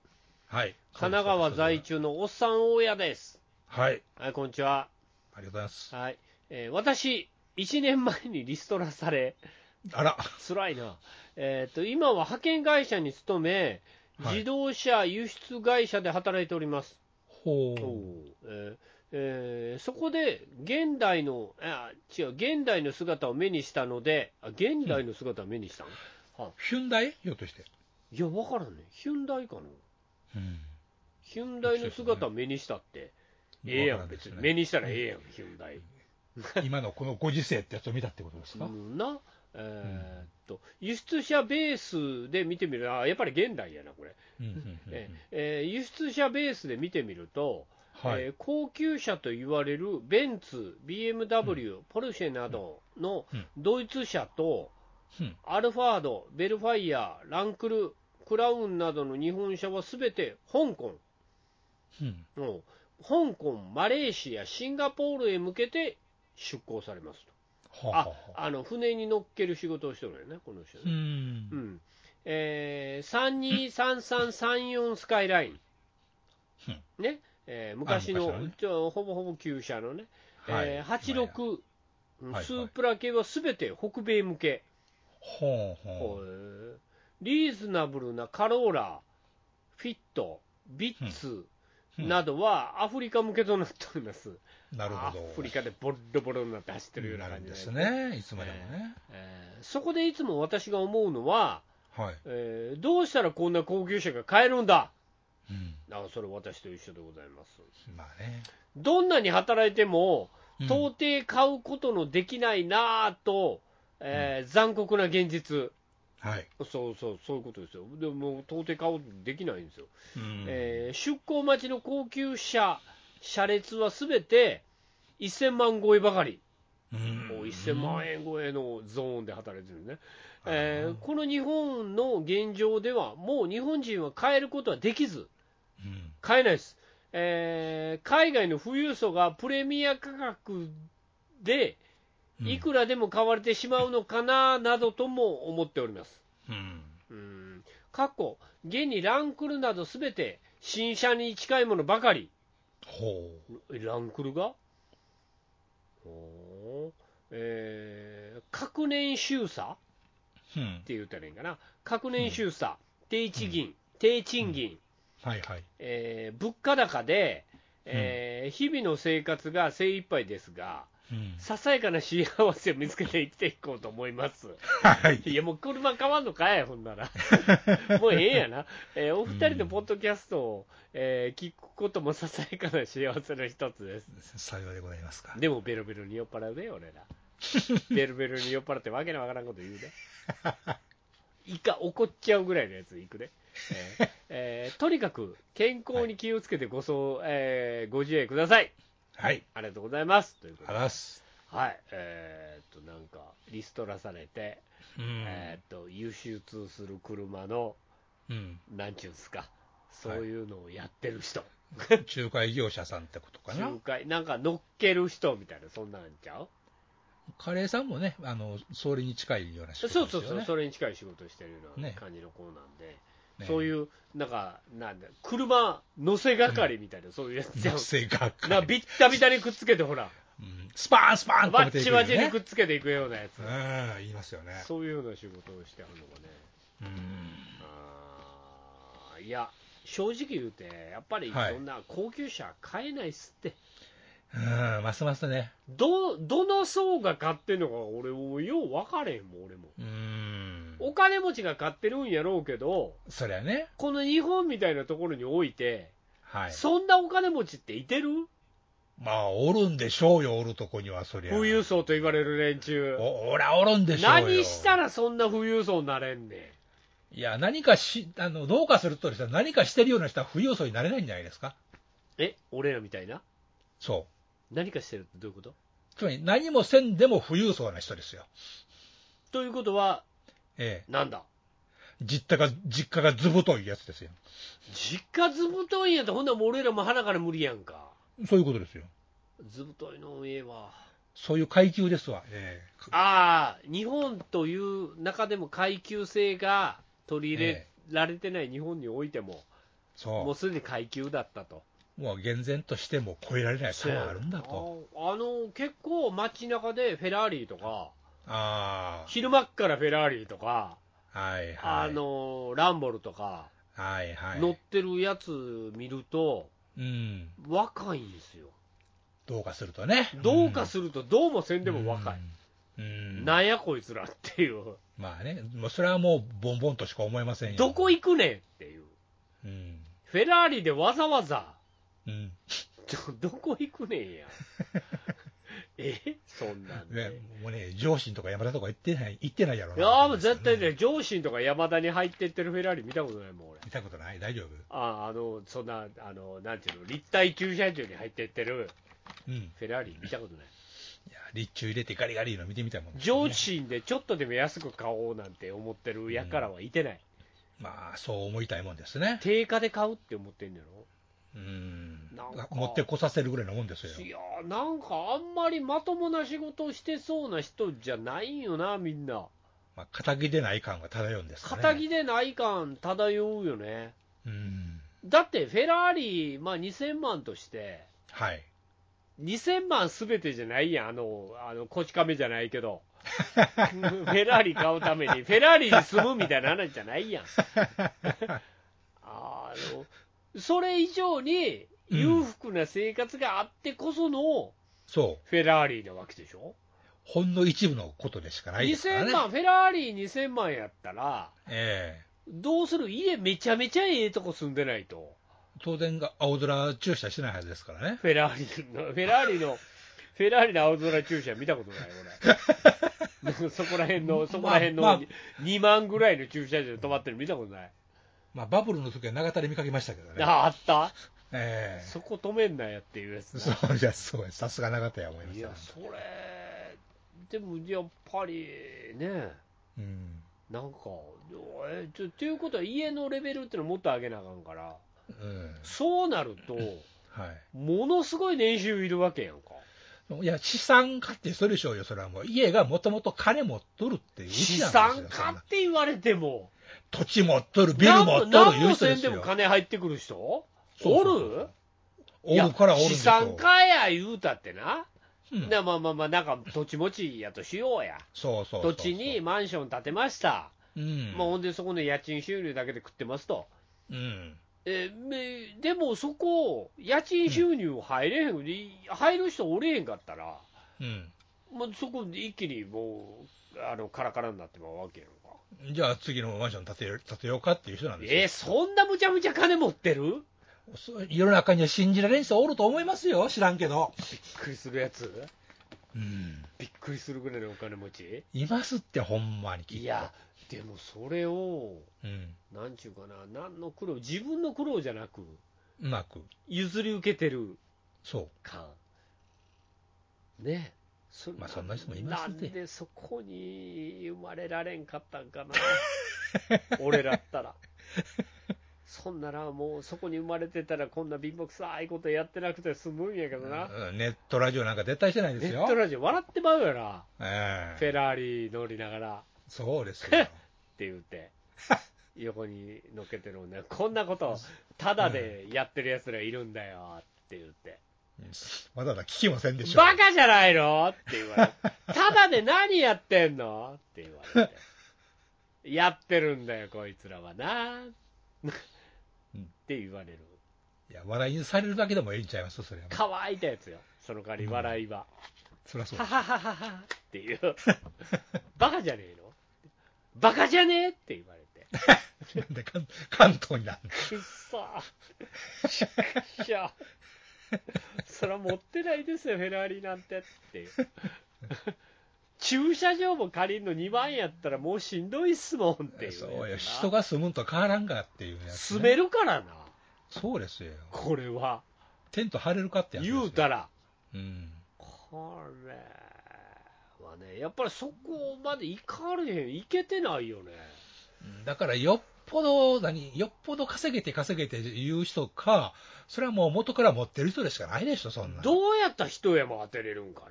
Speaker 3: はい。
Speaker 2: 神奈川在住のおっさん大家です
Speaker 3: はい。
Speaker 2: はいこんにちは、
Speaker 3: ありがとうございます。
Speaker 2: はいえー私1年前にリストラ
Speaker 3: <laughs>
Speaker 2: され
Speaker 3: あら。
Speaker 2: 辛いな、えー、と今は派遣会社に勤め
Speaker 3: はい
Speaker 2: 自動車輸出会社で働いております、
Speaker 3: ほ
Speaker 2: お
Speaker 3: う。
Speaker 2: うえーえーそこで現代の、あ違う、現代の姿を目にしたので、あ現代の姿を目にしたの、
Speaker 3: ヒュンダイひょっとして。
Speaker 2: いや、わからんね、ヒュンダイかな、
Speaker 3: うん。
Speaker 2: ヒュンダイの姿を目にしたって、ええやん、別に、目にしたらええやん、ヒュンダイ。
Speaker 3: 今のこのご時世ってやつを見たってことですか、
Speaker 2: うんな、えーっと、輸出者ベースで見てみるあやっぱり現代やな、これ、
Speaker 3: うんうんうんうん
Speaker 2: ええー輸出者ベースで見てみると、
Speaker 3: はい、
Speaker 2: えー高級車と言われるベンツ、BMW、ポルシェなどの
Speaker 3: うん
Speaker 2: ドイツ車と、
Speaker 3: うん
Speaker 2: アルファード、ベルファイア、ランクル、クラウンなどの日本車はすべて香港、
Speaker 3: うん
Speaker 2: うん香港、マレーシア、シンガポールへ向けて出港されますと、
Speaker 3: はあ
Speaker 2: あ
Speaker 3: はあはあ
Speaker 2: あの船に乗っける仕事をしてるよね、この人ね
Speaker 3: う。
Speaker 2: うんんえー、323334スカイライン、ねえー昔
Speaker 3: あ
Speaker 2: の
Speaker 3: 昔のね
Speaker 2: ちょほぼほぼ旧車のね、
Speaker 3: はい
Speaker 2: えー86、
Speaker 3: いはい
Speaker 2: スープラ系はすべて北米向け、
Speaker 3: ほうほう
Speaker 2: ほうリーズナブルなカローラ、フィット、ビッツ
Speaker 3: うん
Speaker 2: などはアフリカ向けとなっております、
Speaker 3: なる
Speaker 2: ア
Speaker 3: ほど
Speaker 2: フリカでボロボロになって走ってるような
Speaker 3: なる
Speaker 2: 感
Speaker 3: ん
Speaker 2: じ
Speaker 3: で
Speaker 2: です
Speaker 3: すねいつまでもね、
Speaker 2: えーそこでいつも私が思うのは、
Speaker 3: はい、
Speaker 2: えーどうしたらこんな高級車が買えるんだ
Speaker 3: うん、
Speaker 2: あそれ私と一緒でございます
Speaker 3: まあね、
Speaker 2: どんなに働いても
Speaker 3: うん
Speaker 2: 到底買うことのできないなぁと、えー残酷な現実
Speaker 3: はい、
Speaker 2: そうそうそういうことですよでも到底買うことできないんですよ、
Speaker 3: うん
Speaker 2: えー出港待ちの高級車車列はすべて1000万超えばかり
Speaker 3: うん
Speaker 2: もう1000万円超えのゾーンで働いてるね、
Speaker 3: うん
Speaker 2: えーこの日本の現状では、もう日本人は買えることはできず、
Speaker 3: うん
Speaker 2: 買えないです、えー海外の富裕層がプレミア価格で
Speaker 3: うん
Speaker 2: いくらでも買われてしまうのかななどとも思っております。
Speaker 3: うん
Speaker 2: うん過去、現にランクルなどすべて新車に近いものばかり、
Speaker 3: ほう
Speaker 2: ランクルがほうえー、各年収差
Speaker 3: うん
Speaker 2: って言ったらいいんかな、各年収差、低地銀、低賃金、
Speaker 3: はいはい
Speaker 2: えー物価高で、えー日々の生活が精一杯ですが、
Speaker 3: うん
Speaker 2: ささやかな幸せを見つけて生きていこうと思います。
Speaker 3: はい
Speaker 2: いや、もう車買わんのかい、ほんなら。もうええやな。えーお二人のポッドキャストを、えー聞くこともささやかな幸せの一つです。
Speaker 3: 幸いでございますか
Speaker 2: でもベロベロに酔っ払うで、俺ら。ベロベロに酔っ払ってわけのわからんこと言うで。いか怒っちゃうぐらいのやつ行くで。えーえーとにかく健康に気をつけてごそう、えーご自愛ください。
Speaker 3: はい
Speaker 2: ありがとうございます。ということ
Speaker 3: あ
Speaker 2: で、
Speaker 3: らす
Speaker 2: はい、えーっと、なんか、リストラされて、
Speaker 3: うん
Speaker 2: えーっと、輸出する車の、
Speaker 3: うん
Speaker 2: なんちゅうんすか、そういうのをやってる人、
Speaker 3: 仲介業者さんってことかな
Speaker 2: 仲介、なんか乗っける人みたいな、そんなんちゃう
Speaker 3: カレーさんもねあの総理に近いような仕
Speaker 2: そ
Speaker 3: 事
Speaker 2: う
Speaker 3: ですよ
Speaker 2: そう
Speaker 3: ね
Speaker 2: そう、それに近い仕事をしてるような
Speaker 3: ね
Speaker 2: 感じの子なんで、
Speaker 3: ね
Speaker 2: そういう、なんか、なんだ、車乗せ係みたいな、そういうやつじゃん
Speaker 3: 女。性が
Speaker 2: なビッタビタにくっつけて、ほら、
Speaker 3: うんスパーンスパーン
Speaker 2: バッチバ
Speaker 3: 止
Speaker 2: チ
Speaker 3: めて
Speaker 2: に
Speaker 3: いく
Speaker 2: く
Speaker 3: よ
Speaker 2: っつけていくようなやつ、
Speaker 3: ねうん言いますよね
Speaker 2: そういうような仕事をしてはるのがね、
Speaker 3: うん
Speaker 2: あーいや、正直言うて、やっぱり
Speaker 3: はい
Speaker 2: そんな高級車買えないっすって、
Speaker 3: うんますますね
Speaker 2: どどの層が買ってんのか、俺、もうよう分かれへんもん、俺も。
Speaker 3: うん
Speaker 2: お金持ちが買ってるんやろうけど、
Speaker 3: そりゃね
Speaker 2: この日本みたいなところにおいて、
Speaker 3: はい
Speaker 2: そんなお金持ちっていてる
Speaker 3: まあおるんでしょうよおるとこにはそりゃ
Speaker 2: 富裕層と言われる連中。
Speaker 3: おおらおるんでしょうよ
Speaker 2: 何したらそんな富裕層になれんね
Speaker 3: いや何かしあのどうかするとしたら何かしてるような人は富裕層になれないんじゃないですか
Speaker 2: ん。え、俺らみたいな
Speaker 3: そ
Speaker 2: 何かしてるってどういうこと
Speaker 3: うつまり何もせんでも富裕層な人ですよ
Speaker 2: ということは、
Speaker 3: ええ
Speaker 2: なんだ
Speaker 3: 実家が実家がずぶといやつですよ
Speaker 2: 実家ずぶといんやったらほんならもう俺らも腹から無理やんか。
Speaker 3: そういうことですよ
Speaker 2: ずぶといのええわ。
Speaker 3: そういう階級ですわええ
Speaker 2: ああ、日本という中でも階級制が取り入れられてない日本においても、
Speaker 3: そう
Speaker 2: もうすでに階級だったと。
Speaker 3: もう厳然としても超えられない差があるんだと。
Speaker 2: ああの結構街中でフェラーリとか
Speaker 3: あ
Speaker 2: 昼間っからフェラーリとか、
Speaker 3: あ、はい
Speaker 2: あ
Speaker 3: はい。
Speaker 2: のランボルとか
Speaker 3: はいはい。
Speaker 2: 乗ってるやつ見ると
Speaker 3: うん。
Speaker 2: 若いんですよ
Speaker 3: どうかするとね。
Speaker 2: どうかするとどうもせんでも若い、
Speaker 3: うん。うん。
Speaker 2: なんやこいつらっていう、
Speaker 3: まあね、もうそれはもうボンボンとしか思えませんよ。
Speaker 2: どこ行くねんっていう、
Speaker 3: うん。
Speaker 2: フェラーリでわざわざ、 <laughs>
Speaker 3: うん。
Speaker 2: ちょどこ行くねん
Speaker 3: <laughs>
Speaker 2: や、えそんなん
Speaker 3: ね
Speaker 2: で。、
Speaker 3: もうね、上司とか山田とか行ってない、行ってないやろ
Speaker 2: いやーもう絶対
Speaker 3: ね
Speaker 2: ね、上信とか山田に入ってってるフェラーリ見たことないもん、俺。
Speaker 3: 見たことない大丈夫
Speaker 2: ああの、そんな、あの、なんていうの、立体駐車場に入ってってる
Speaker 3: うん。い
Speaker 2: フェラーリ見たことない。
Speaker 3: や、立中入れてガリガリいうの見てみたいもん、ね。
Speaker 2: 上信でちょっとでも安く買おうなんて思ってるやからはいてない。
Speaker 3: まあ、そう思いたいもんですね。
Speaker 2: 定価で買うって思ってんのやろ
Speaker 3: うん
Speaker 2: なんか。
Speaker 3: 持ってこさせるぐらいのもんですよ。
Speaker 2: いやーなんかあんまりまともな仕事をしてそうな人じゃないんよな、みんな。
Speaker 3: まあ、仇でない感が漂うんですかね。
Speaker 2: 仇でない感漂うよね。
Speaker 3: うん。
Speaker 2: だってフェラーリ、まあ2000万として、
Speaker 3: はい。
Speaker 2: 2000万すべてじゃないやん、あの、あの、こち亀じゃない
Speaker 3: <laughs>
Speaker 2: けど。フェラーリ買うために、フェラーリに住むみたいな話じゃな
Speaker 3: <laughs>
Speaker 2: いやん。あの、それ以上に裕福な生活があってこその
Speaker 3: そう。
Speaker 2: フェラーリなわけでしょ、
Speaker 3: ほんの一部のことでしかないですからね。
Speaker 2: 2000万、フェラーリ2000万やったら、
Speaker 3: ええ
Speaker 2: どうする家めちゃめちゃええとこ住んでないと。
Speaker 3: 当然が青空駐車してないはずですからね。
Speaker 2: フェラーリの、フェラーリの、フェラーリの青空駐車見たことない、俺。
Speaker 3: <laughs>
Speaker 2: なんかそこら辺の、そこら辺
Speaker 3: まあ
Speaker 2: の
Speaker 3: ま
Speaker 2: 2万ぐらいの駐車場で止まってるの見たことない。
Speaker 3: まあ、バブルの時は長田で見かけましたけどね。
Speaker 2: あ、あった
Speaker 3: ええ
Speaker 2: そこ止めんなやっていうやつな
Speaker 3: そうじゃ、そうです。さすが長田や思いま
Speaker 2: い
Speaker 3: した
Speaker 2: や
Speaker 3: ね、
Speaker 2: それ、でもやっぱりね、
Speaker 3: うん。
Speaker 2: なんか、えちょっていうことは家のレベルってのはもっと上げなあかんから、
Speaker 3: うん。
Speaker 2: そうなる
Speaker 3: <laughs>
Speaker 2: と、
Speaker 3: はい。
Speaker 2: ものすごい年収いるわけやんか。
Speaker 3: いや、資産家ってそれでしょうよ、それはもう。家がもともと金持っとるっていうう
Speaker 2: 資
Speaker 3: ちなん
Speaker 2: 産
Speaker 3: ですよ。そ
Speaker 2: 家
Speaker 3: んな
Speaker 2: って言われても、
Speaker 3: 土地持っとる、ビル持っとる、
Speaker 2: 何
Speaker 3: いう
Speaker 2: も
Speaker 3: 人
Speaker 2: せ
Speaker 3: で
Speaker 2: ん
Speaker 3: す
Speaker 2: でも
Speaker 3: よ。
Speaker 2: 金入ってくる人
Speaker 3: そうそうそう
Speaker 2: おる
Speaker 3: おるからおるんで
Speaker 2: いや資
Speaker 3: すよ。
Speaker 2: 産家や言うたってな、
Speaker 3: うん
Speaker 2: なまあまあまあ、なんか土地持ちやとしようや、
Speaker 3: そうそうそう
Speaker 2: 土地に、マンション建てました、
Speaker 3: うん。
Speaker 2: まあ、ほんでそこの家賃収入だけで食ってますと、
Speaker 3: うん。
Speaker 2: えめでもそこ、家賃収入入れへん、い入る人おれへんかったら、
Speaker 3: うん。
Speaker 2: もうそこで一気にもう、あのカラカラになってまうわけやんか。
Speaker 3: じゃあ次のマンション建てよ建てようかっていう人なんですよ。
Speaker 2: えそんなむちゃむちゃ金持ってる
Speaker 3: そう世の中には信じられん人おると思いますよ、知らんけど。
Speaker 2: びっくりするやつ
Speaker 3: うん。
Speaker 2: びっくりするぐらいのお金持ち
Speaker 3: いますって、ほんまにきっと。
Speaker 2: いや、でもそれを、
Speaker 3: うん。
Speaker 2: なんちゅうかな、何の苦労、自分の苦労じゃなく、
Speaker 3: うまく。
Speaker 2: 譲り受けてる
Speaker 3: そ
Speaker 2: 感、ねえそ
Speaker 3: まあそんな人もいます
Speaker 2: な
Speaker 3: っ
Speaker 2: ん
Speaker 3: て
Speaker 2: でそこに生まれられんかったんかな、 <laughs> 俺らったら。そんならもうそこに生まれてたらこんな貧乏くさいことやってなくて済むんやけ
Speaker 3: う。
Speaker 2: どな、
Speaker 3: うんネットラジオなんか絶対してないで
Speaker 2: ネ
Speaker 3: すよ。
Speaker 2: ットラジオ笑ってまうよな、
Speaker 3: え
Speaker 2: フ
Speaker 3: え
Speaker 2: ェラーリ乗りながら。
Speaker 3: そうですよ。
Speaker 2: って言って、横に乗っけてるもんね、こんなこと、ただでやってるやつらいるんだよって言って、
Speaker 3: まだまだ聞きませんでしょ。
Speaker 2: バカじゃないのって言われて、ただで何やってんのって言われて、やってるんだよ、こいつらはな、って言われる、
Speaker 3: いや、笑いにされるだけでもいいんちゃいますそれは。
Speaker 2: 乾いたやつよ、その代わり笑いは、
Speaker 3: そりゃそう
Speaker 2: は
Speaker 3: です。
Speaker 2: ははははっていう、バカじゃねえのバカじゃねえって言われて。
Speaker 3: なん <laughs> で関関東になるの
Speaker 2: くっさー、しゃ、それは持ってないですよ、フェラーリなんてっていう。駐車場も借りるの2万やったらもうしんどいっすもんっていうやつな。
Speaker 3: そうよ。人が住むんと変わらんかっていうやつね
Speaker 2: 住めるからな、
Speaker 3: そうですよ。
Speaker 2: これは。
Speaker 3: テント張れるかってやつですよ
Speaker 2: 言うたら。
Speaker 3: うん。
Speaker 2: これはね、やっぱりそこまで行かれへん、行けてないよね。
Speaker 3: だからよっぽど、何、よっぽど稼げて稼げて言う人か、それはもう元から持ってる人でしかないでしょ、そんな。
Speaker 2: どうやったら一山当てれるんかね。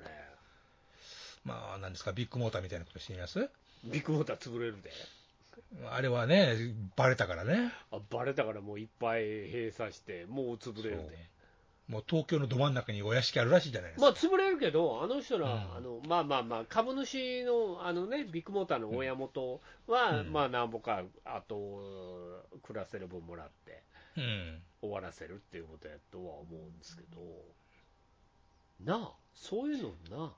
Speaker 3: まあ、なんですか、ビッグモーターみたいなことしてみます
Speaker 2: ビッグモーター潰れるで。
Speaker 3: あれはね、バレたからね。
Speaker 2: あバレたからもういっぱい閉鎖して、もう潰れる
Speaker 3: そ
Speaker 2: で、
Speaker 3: うもう東京のど真ん中にお屋敷あるらしいじゃないです
Speaker 2: ま
Speaker 3: か。
Speaker 2: あ潰れるけど、あの人ら、
Speaker 3: うん
Speaker 2: あのまあまあまあ、株主のあの、ね、ビッグモーターの親元は、
Speaker 3: うん
Speaker 2: まあなんぼか、あと、暮らせる分もらって、
Speaker 3: うん。
Speaker 2: 終わらせるっていうことやとは思うんですけど、なあ、そういうのな。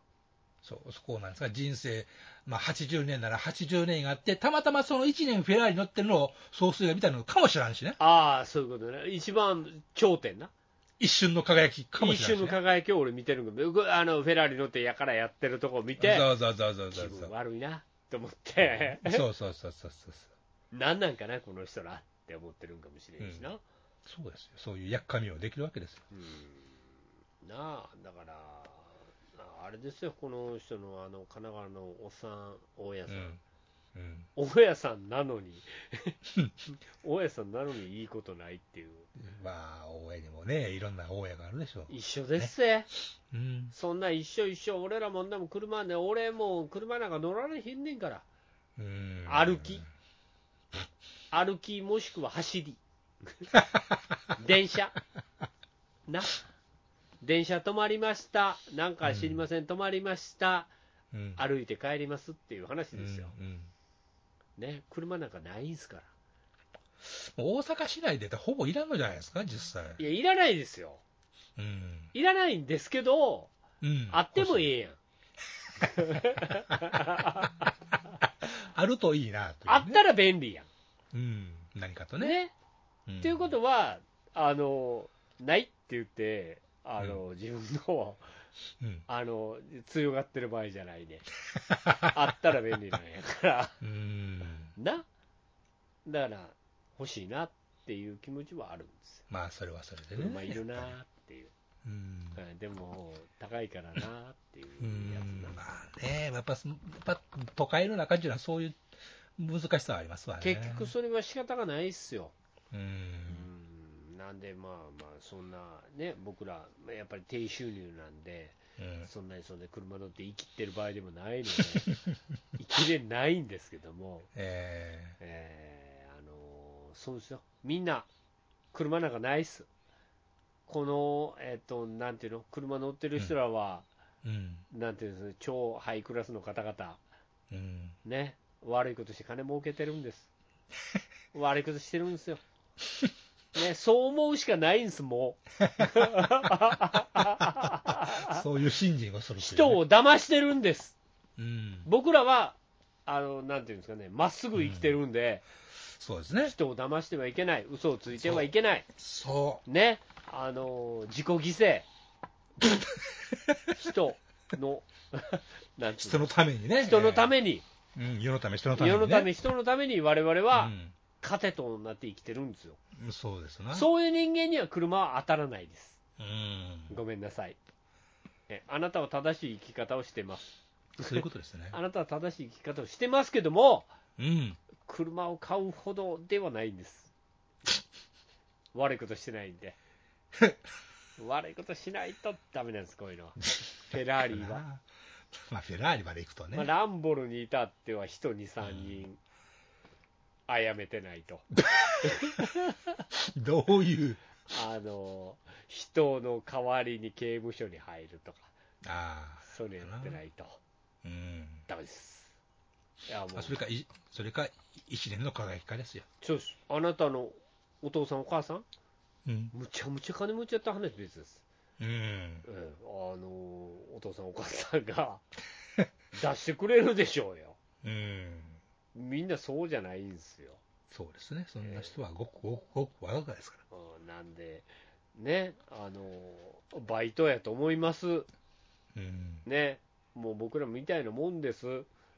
Speaker 3: そう、そこなんですが、人生、まあ、80年なら80年があって、たまたまその1年フェラーリ乗ってるのを総帥が見たのかもしれんしね。
Speaker 2: ああ、そういうことね。一番頂点な。
Speaker 3: 一瞬の輝きかも
Speaker 2: 一
Speaker 3: しれ
Speaker 2: 瞬
Speaker 3: んし、
Speaker 2: の
Speaker 3: ね。
Speaker 2: 輝きを俺見てるんだけど、あの、フェラーリ乗ってやからやってるとこ見て、
Speaker 3: そうそうそうそうそ
Speaker 2: 気
Speaker 3: うそ
Speaker 2: 分
Speaker 3: う。
Speaker 2: 悪いなと思って、
Speaker 3: そうそうそうそうそう。
Speaker 2: なんなんかな、この人らって思ってるんかもしれんしな。
Speaker 3: そうですよ。そういうやっかみをできるわけですよ。
Speaker 2: うんなあ、だから、ああれですよ、この人のあの神奈川のおっさん、大家
Speaker 3: う
Speaker 2: さん。
Speaker 3: ん。うん。
Speaker 2: 大家さんなの <laughs> に、大家さんなのにいいことないっていう、
Speaker 3: まあ、大家にもね、いろんな大家があるでしょう。
Speaker 2: 一緒ですぜ、
Speaker 3: うん。
Speaker 2: そんな一緒一緒、俺らもんでも車ね、俺も車なんか乗られへんねんから、
Speaker 3: うん
Speaker 2: 歩き。歩きもしくは走
Speaker 3: <laughs>
Speaker 2: り、電車、な、電車止まりました、なんか知りません、止まりました、
Speaker 3: うん。
Speaker 2: 歩いて帰りますっていう話ですよ、
Speaker 3: うん。うん
Speaker 2: ね、車なんかないんすから、
Speaker 3: 大阪市内でってほぼいらんのじゃないですか、実際。
Speaker 2: いや、いらないですよ、
Speaker 3: うん。
Speaker 2: いらないんですけど、
Speaker 3: うん。
Speaker 2: あっても
Speaker 3: い。
Speaker 2: ええやん。
Speaker 3: あるといいな、とい
Speaker 2: あ
Speaker 3: う
Speaker 2: っ
Speaker 3: ね。
Speaker 2: たら便利や
Speaker 3: う
Speaker 2: ん。
Speaker 3: ん。何かと
Speaker 2: ね。
Speaker 3: ね。ん
Speaker 2: っていうことは、あの、ないって言って、あの、自分の、
Speaker 3: うん。
Speaker 2: あの、強がってる場合じゃないね。あったら便利なんやから。
Speaker 3: うん。 <laughs>
Speaker 2: な。だから、欲しいなっていう気持ちはあるんですよ。
Speaker 3: まあ、それはそれでね。
Speaker 2: 車いるなーっていう。
Speaker 3: うん。
Speaker 2: うんでも、高いからなーっていううやつ
Speaker 3: ん
Speaker 2: な。
Speaker 3: まあね、やっぱそやっぱ都会の中っていうのはそういう難しさはありますわね。
Speaker 2: 結局、それは仕方がないっすよ。
Speaker 3: う、
Speaker 2: うんんなんでまあまあそんなね僕らやっぱり低収入なんで
Speaker 3: うん、
Speaker 2: そんなにそんな車乗って生きてる場合でもな
Speaker 3: <laughs>
Speaker 2: いので生きれないんですけども、
Speaker 3: え
Speaker 2: えーあのそうですよみんな車なんかないっすこのえっ、となんていうの車乗ってる人らは、
Speaker 3: ーうん、
Speaker 2: なんていうんですか超ハイクラスの方々
Speaker 3: うん、
Speaker 2: ね悪いことして金儲けてるんです
Speaker 3: <laughs>
Speaker 2: 悪いことしてるんですよ、ね、そう思うしかないんですも
Speaker 3: そういう信心をする
Speaker 2: う
Speaker 3: という
Speaker 2: 人を騙してるんです
Speaker 3: うん、
Speaker 2: 僕らはあのなんていうんですかねまっすぐ生きてるんで、
Speaker 3: そうですね、
Speaker 2: 人を騙してはいけない嘘をついてはいけない
Speaker 3: そ
Speaker 2: ねあの自
Speaker 3: <laughs>
Speaker 2: 己犠牲人の <laughs> なん
Speaker 3: う、
Speaker 2: てい
Speaker 3: <laughs> 人
Speaker 2: うの
Speaker 3: のためにね、
Speaker 2: 人のた
Speaker 3: め、
Speaker 2: めに、
Speaker 3: うん、世のため、人のために、
Speaker 2: 世
Speaker 3: ね、
Speaker 2: のため、人のために、我々は
Speaker 3: う
Speaker 2: 糧となって生きてるんですよ。
Speaker 3: ん、そうですな、
Speaker 2: そういう人間には車は当たらないです。
Speaker 3: うん、
Speaker 2: ごめんなさい。えあなたは正しい生き方をしてます。
Speaker 3: そういうことですね、
Speaker 2: あなたは正しい生き方をしてますけども、
Speaker 3: うん、
Speaker 2: 車を買うほどではない
Speaker 3: <laughs>
Speaker 2: んです。悪いことしてないんで。悪いことしないとダメなんです、こういうのは。フェラーリは。
Speaker 3: まあ、フェラーリまで行くとね、
Speaker 2: まあ、ランボルに至っては人2、3人、あやめてないと。
Speaker 3: <laughs> どういう、
Speaker 2: あの、人の代わりに刑務所に入るとか、
Speaker 3: ああ、
Speaker 2: それやってないと。
Speaker 3: うん、
Speaker 2: ダメです。いやもう
Speaker 3: あそれか、いそれか、一年の輝きかですよ、
Speaker 2: そうです。あなたのお父さん、お母さん、
Speaker 3: うん、
Speaker 2: むちゃむちゃ金持ちやった話別です。
Speaker 3: うん、
Speaker 2: うん、あのお父さん、お母さんが <laughs> 出してくれるでしょうよ。
Speaker 3: うん。
Speaker 2: みんなそうじゃないんですよ。
Speaker 3: そうですね、そんな人はごくごくごく若くですか
Speaker 2: うん、なんで、ね、あのバイトやと思います。
Speaker 3: ら。うん。
Speaker 2: ね、もう僕らみたいなもんです。
Speaker 3: う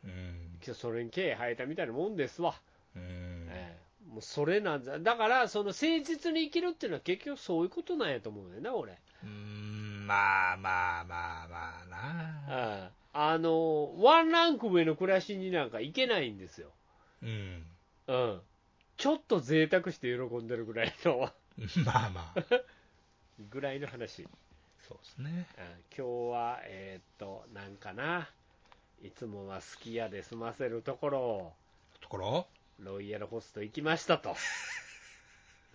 Speaker 3: ん。
Speaker 2: それに経営生えたみたいなもんですわ。
Speaker 3: うん。
Speaker 2: ええもうそれなんだ。だから、その誠実に生きるっていうのは結局そういうことなんやと思うよな、俺。
Speaker 3: うんまあまあまあまあな。
Speaker 2: ああの、ワンランク上の暮らしになんか行けないんですよ。
Speaker 3: うん。 <laughs>
Speaker 2: うん。ちょっと贅沢して喜んでるぐらいの、 <laughs>
Speaker 3: まあまあ。
Speaker 2: ぐらいの話。
Speaker 3: そうですね。
Speaker 2: うん今日は、えーっと、なんかな。いつもはすき家で済ませるところを、
Speaker 3: ところ、
Speaker 2: ロイヤルホスト行きました
Speaker 3: <laughs>
Speaker 2: と。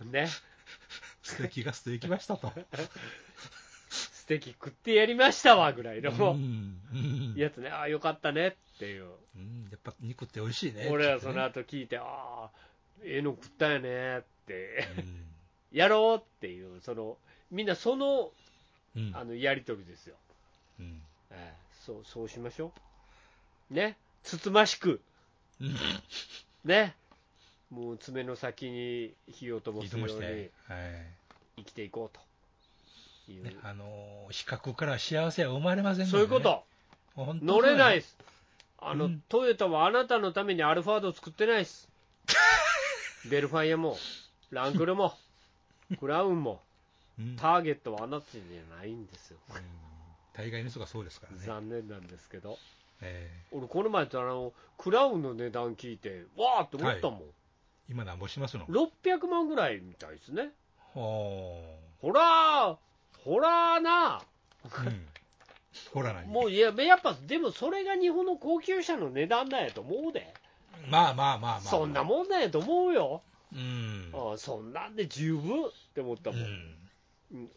Speaker 2: ね。
Speaker 3: ステーキが捨ててきました <laughs> と。
Speaker 2: ステーキ食ってやりましたわ、ぐらいの。
Speaker 3: うん。うん
Speaker 2: やつね、ああ、よかったねっていう、
Speaker 3: うんやっぱ肉って美味しいね。
Speaker 2: 俺らその
Speaker 3: 後。
Speaker 2: 後聞いて、ああ、ええの食ったよねって、
Speaker 3: うん
Speaker 2: やろうっていう、そのみんなその
Speaker 3: うん。
Speaker 2: あのやり取りですよ、
Speaker 3: うん
Speaker 2: えーそうそうしましょう。ね、つつましく、
Speaker 3: うん
Speaker 2: ね、もう爪の先に火を灯
Speaker 3: いい
Speaker 2: す
Speaker 3: と
Speaker 2: よう
Speaker 3: もし
Speaker 2: に
Speaker 3: て、はい
Speaker 2: 生きていこうという、
Speaker 3: ねあのー、比較から幸せは生まれませんからね
Speaker 2: そういうこと、
Speaker 3: 本当にそ
Speaker 2: 乗
Speaker 3: うだ
Speaker 2: れ
Speaker 3: よ
Speaker 2: ないです、あの、
Speaker 3: うん
Speaker 2: トヨタはあなたのためにアルファードを作ってない
Speaker 3: <laughs>
Speaker 2: です、ベルファイアも、ランクルも、クラウンも、
Speaker 3: うん
Speaker 2: ターゲットはあなたじゃないんですよ、
Speaker 3: うん大概の人がそうですからね、
Speaker 2: 残念なんですけど、
Speaker 3: え
Speaker 2: 俺、この前、あのクラウンの値段聞いて、わーって思ったもん。
Speaker 3: ー今なんぼしますの
Speaker 2: 600万ぐらいみたいですね。
Speaker 3: ほ
Speaker 2: ほらー、ほらーな、
Speaker 3: ー
Speaker 2: <laughs>
Speaker 3: うんほらない
Speaker 2: もういや、やっぱ、でもそれが日本の高級車の値段だやと思うで、
Speaker 3: まあまあまあまあ、
Speaker 2: そんなもんだやと思うよ、
Speaker 3: うん
Speaker 2: ああそんなんで十分って思った
Speaker 3: う
Speaker 2: もん、
Speaker 3: ん
Speaker 2: うん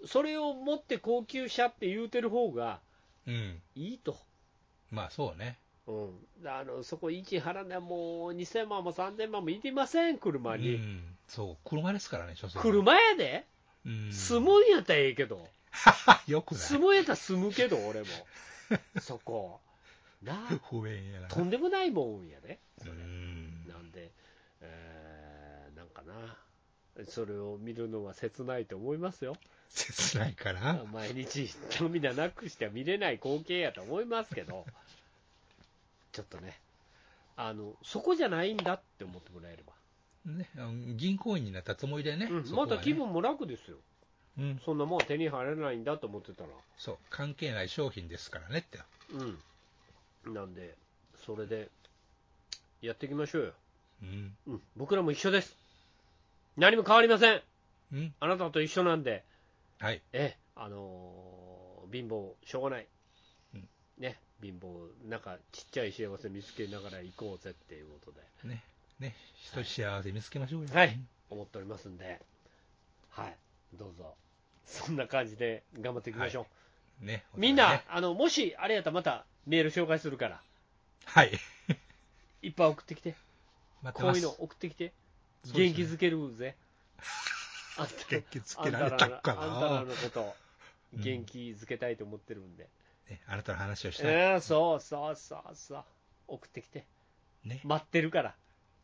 Speaker 2: それを持って高級車って言うてる方が
Speaker 3: うん
Speaker 2: いいと、
Speaker 3: まあそうね
Speaker 2: うん、あのそこ、1払うなもう2000万も3000万もいりません、車に。
Speaker 3: うん、そう車ですからね所詮
Speaker 2: 車やで、
Speaker 3: うん
Speaker 2: 住むんやったらええけど、
Speaker 3: <laughs> よくない
Speaker 2: 住むんやったら住むけど、俺も、そこ、なあ、
Speaker 3: 不便やな
Speaker 2: とんでもないもんやね、それ
Speaker 3: うん
Speaker 2: なんで、えーなんかな、それを見るのは切ないと思いますよ、
Speaker 3: 切ないから
Speaker 2: 毎日涙なくしては見れない光景やと思いますけど、ちょっとね、あのそこじゃないんだって思ってもらえれば、
Speaker 3: ねうん銀行員になったつもりでね、
Speaker 2: うん
Speaker 3: そこ
Speaker 2: ま
Speaker 3: はね
Speaker 2: た気分も楽ですよ、
Speaker 3: うん
Speaker 2: そんなもん手に入らないんだと思ってたら、
Speaker 3: そう関係ない商品ですからねって
Speaker 2: うん、なんで、それでやっていきましょうよ、
Speaker 3: うん
Speaker 2: うん、僕らも一緒です、何も変わりません。
Speaker 3: うん
Speaker 2: あなたと一緒なんで、
Speaker 3: はい
Speaker 2: ええ、あのー貧乏、しょうがない、
Speaker 3: うん
Speaker 2: ね、貧乏、なんかちっちゃい幸せ見つけながら行こうぜっていうことで、
Speaker 3: ねね人幸せ見つけましょうよ
Speaker 2: はい思っておりますんで、はい、どうぞ、そんな感じで頑張っていきましょう。
Speaker 3: ね
Speaker 2: みん
Speaker 3: お互い
Speaker 2: な
Speaker 3: ね、
Speaker 2: あのもしあれやったらまたメール紹介するから、
Speaker 3: はい
Speaker 2: いっぱい送ってきて、
Speaker 3: 待って
Speaker 2: こ
Speaker 3: ま
Speaker 2: う
Speaker 3: す
Speaker 2: いうの送ってきて、
Speaker 3: そうですね
Speaker 2: 元気づけ
Speaker 3: <laughs>
Speaker 2: るぜ。あんた
Speaker 3: 元気づけられたっかな
Speaker 2: あんたらのあんたらのこと、元気づけたいと思ってるんで。
Speaker 3: ねあなたの話をしたい、
Speaker 2: うん、そうそうそうそう。送ってきて。
Speaker 3: ね
Speaker 2: 待ってる
Speaker 3: <laughs>
Speaker 2: から。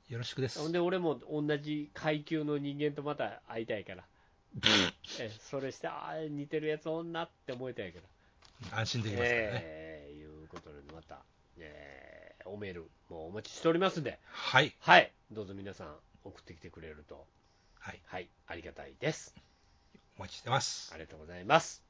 Speaker 3: よろしくです
Speaker 2: ほんで、俺も同じ階級の人間とまた会いた
Speaker 3: <laughs>
Speaker 2: いから。えそれして、ああ、似てるやつ女って思いたいから。
Speaker 3: 安心できますからね、
Speaker 2: ええいうことで、また、ええおメール、もうお待ちしておりますんで、
Speaker 3: はい
Speaker 2: はい、どうぞ皆さん、送ってきてくれると、
Speaker 3: はい
Speaker 2: はい、ありがたいです。
Speaker 3: お待ちしてます
Speaker 2: ありがとうございます。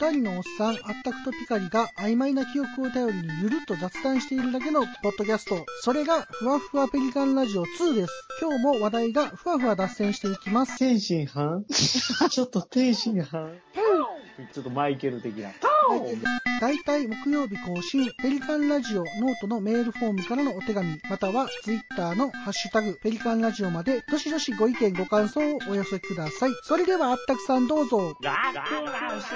Speaker 4: 二人のおっさん、あったくとピカリが曖昧な記憶を頼りにゆるっと雑談しているだけのポッドキャスト。それが、ふわふわペリカンラジオ2です。今日も話題がふわふわ脱線していきます。
Speaker 5: 天津飯 <laughs> ちょっと天津飯ちょっとマイケル的な。
Speaker 4: 大体木曜日更新、ペリカンラジオノートのメールフォームからのお手紙、またはツイッターのハッシュタグ、ペリカンラジオまで、どしどしご意見ご感想をお寄せください。それではあったくさんどうぞ。
Speaker 5: ラックランス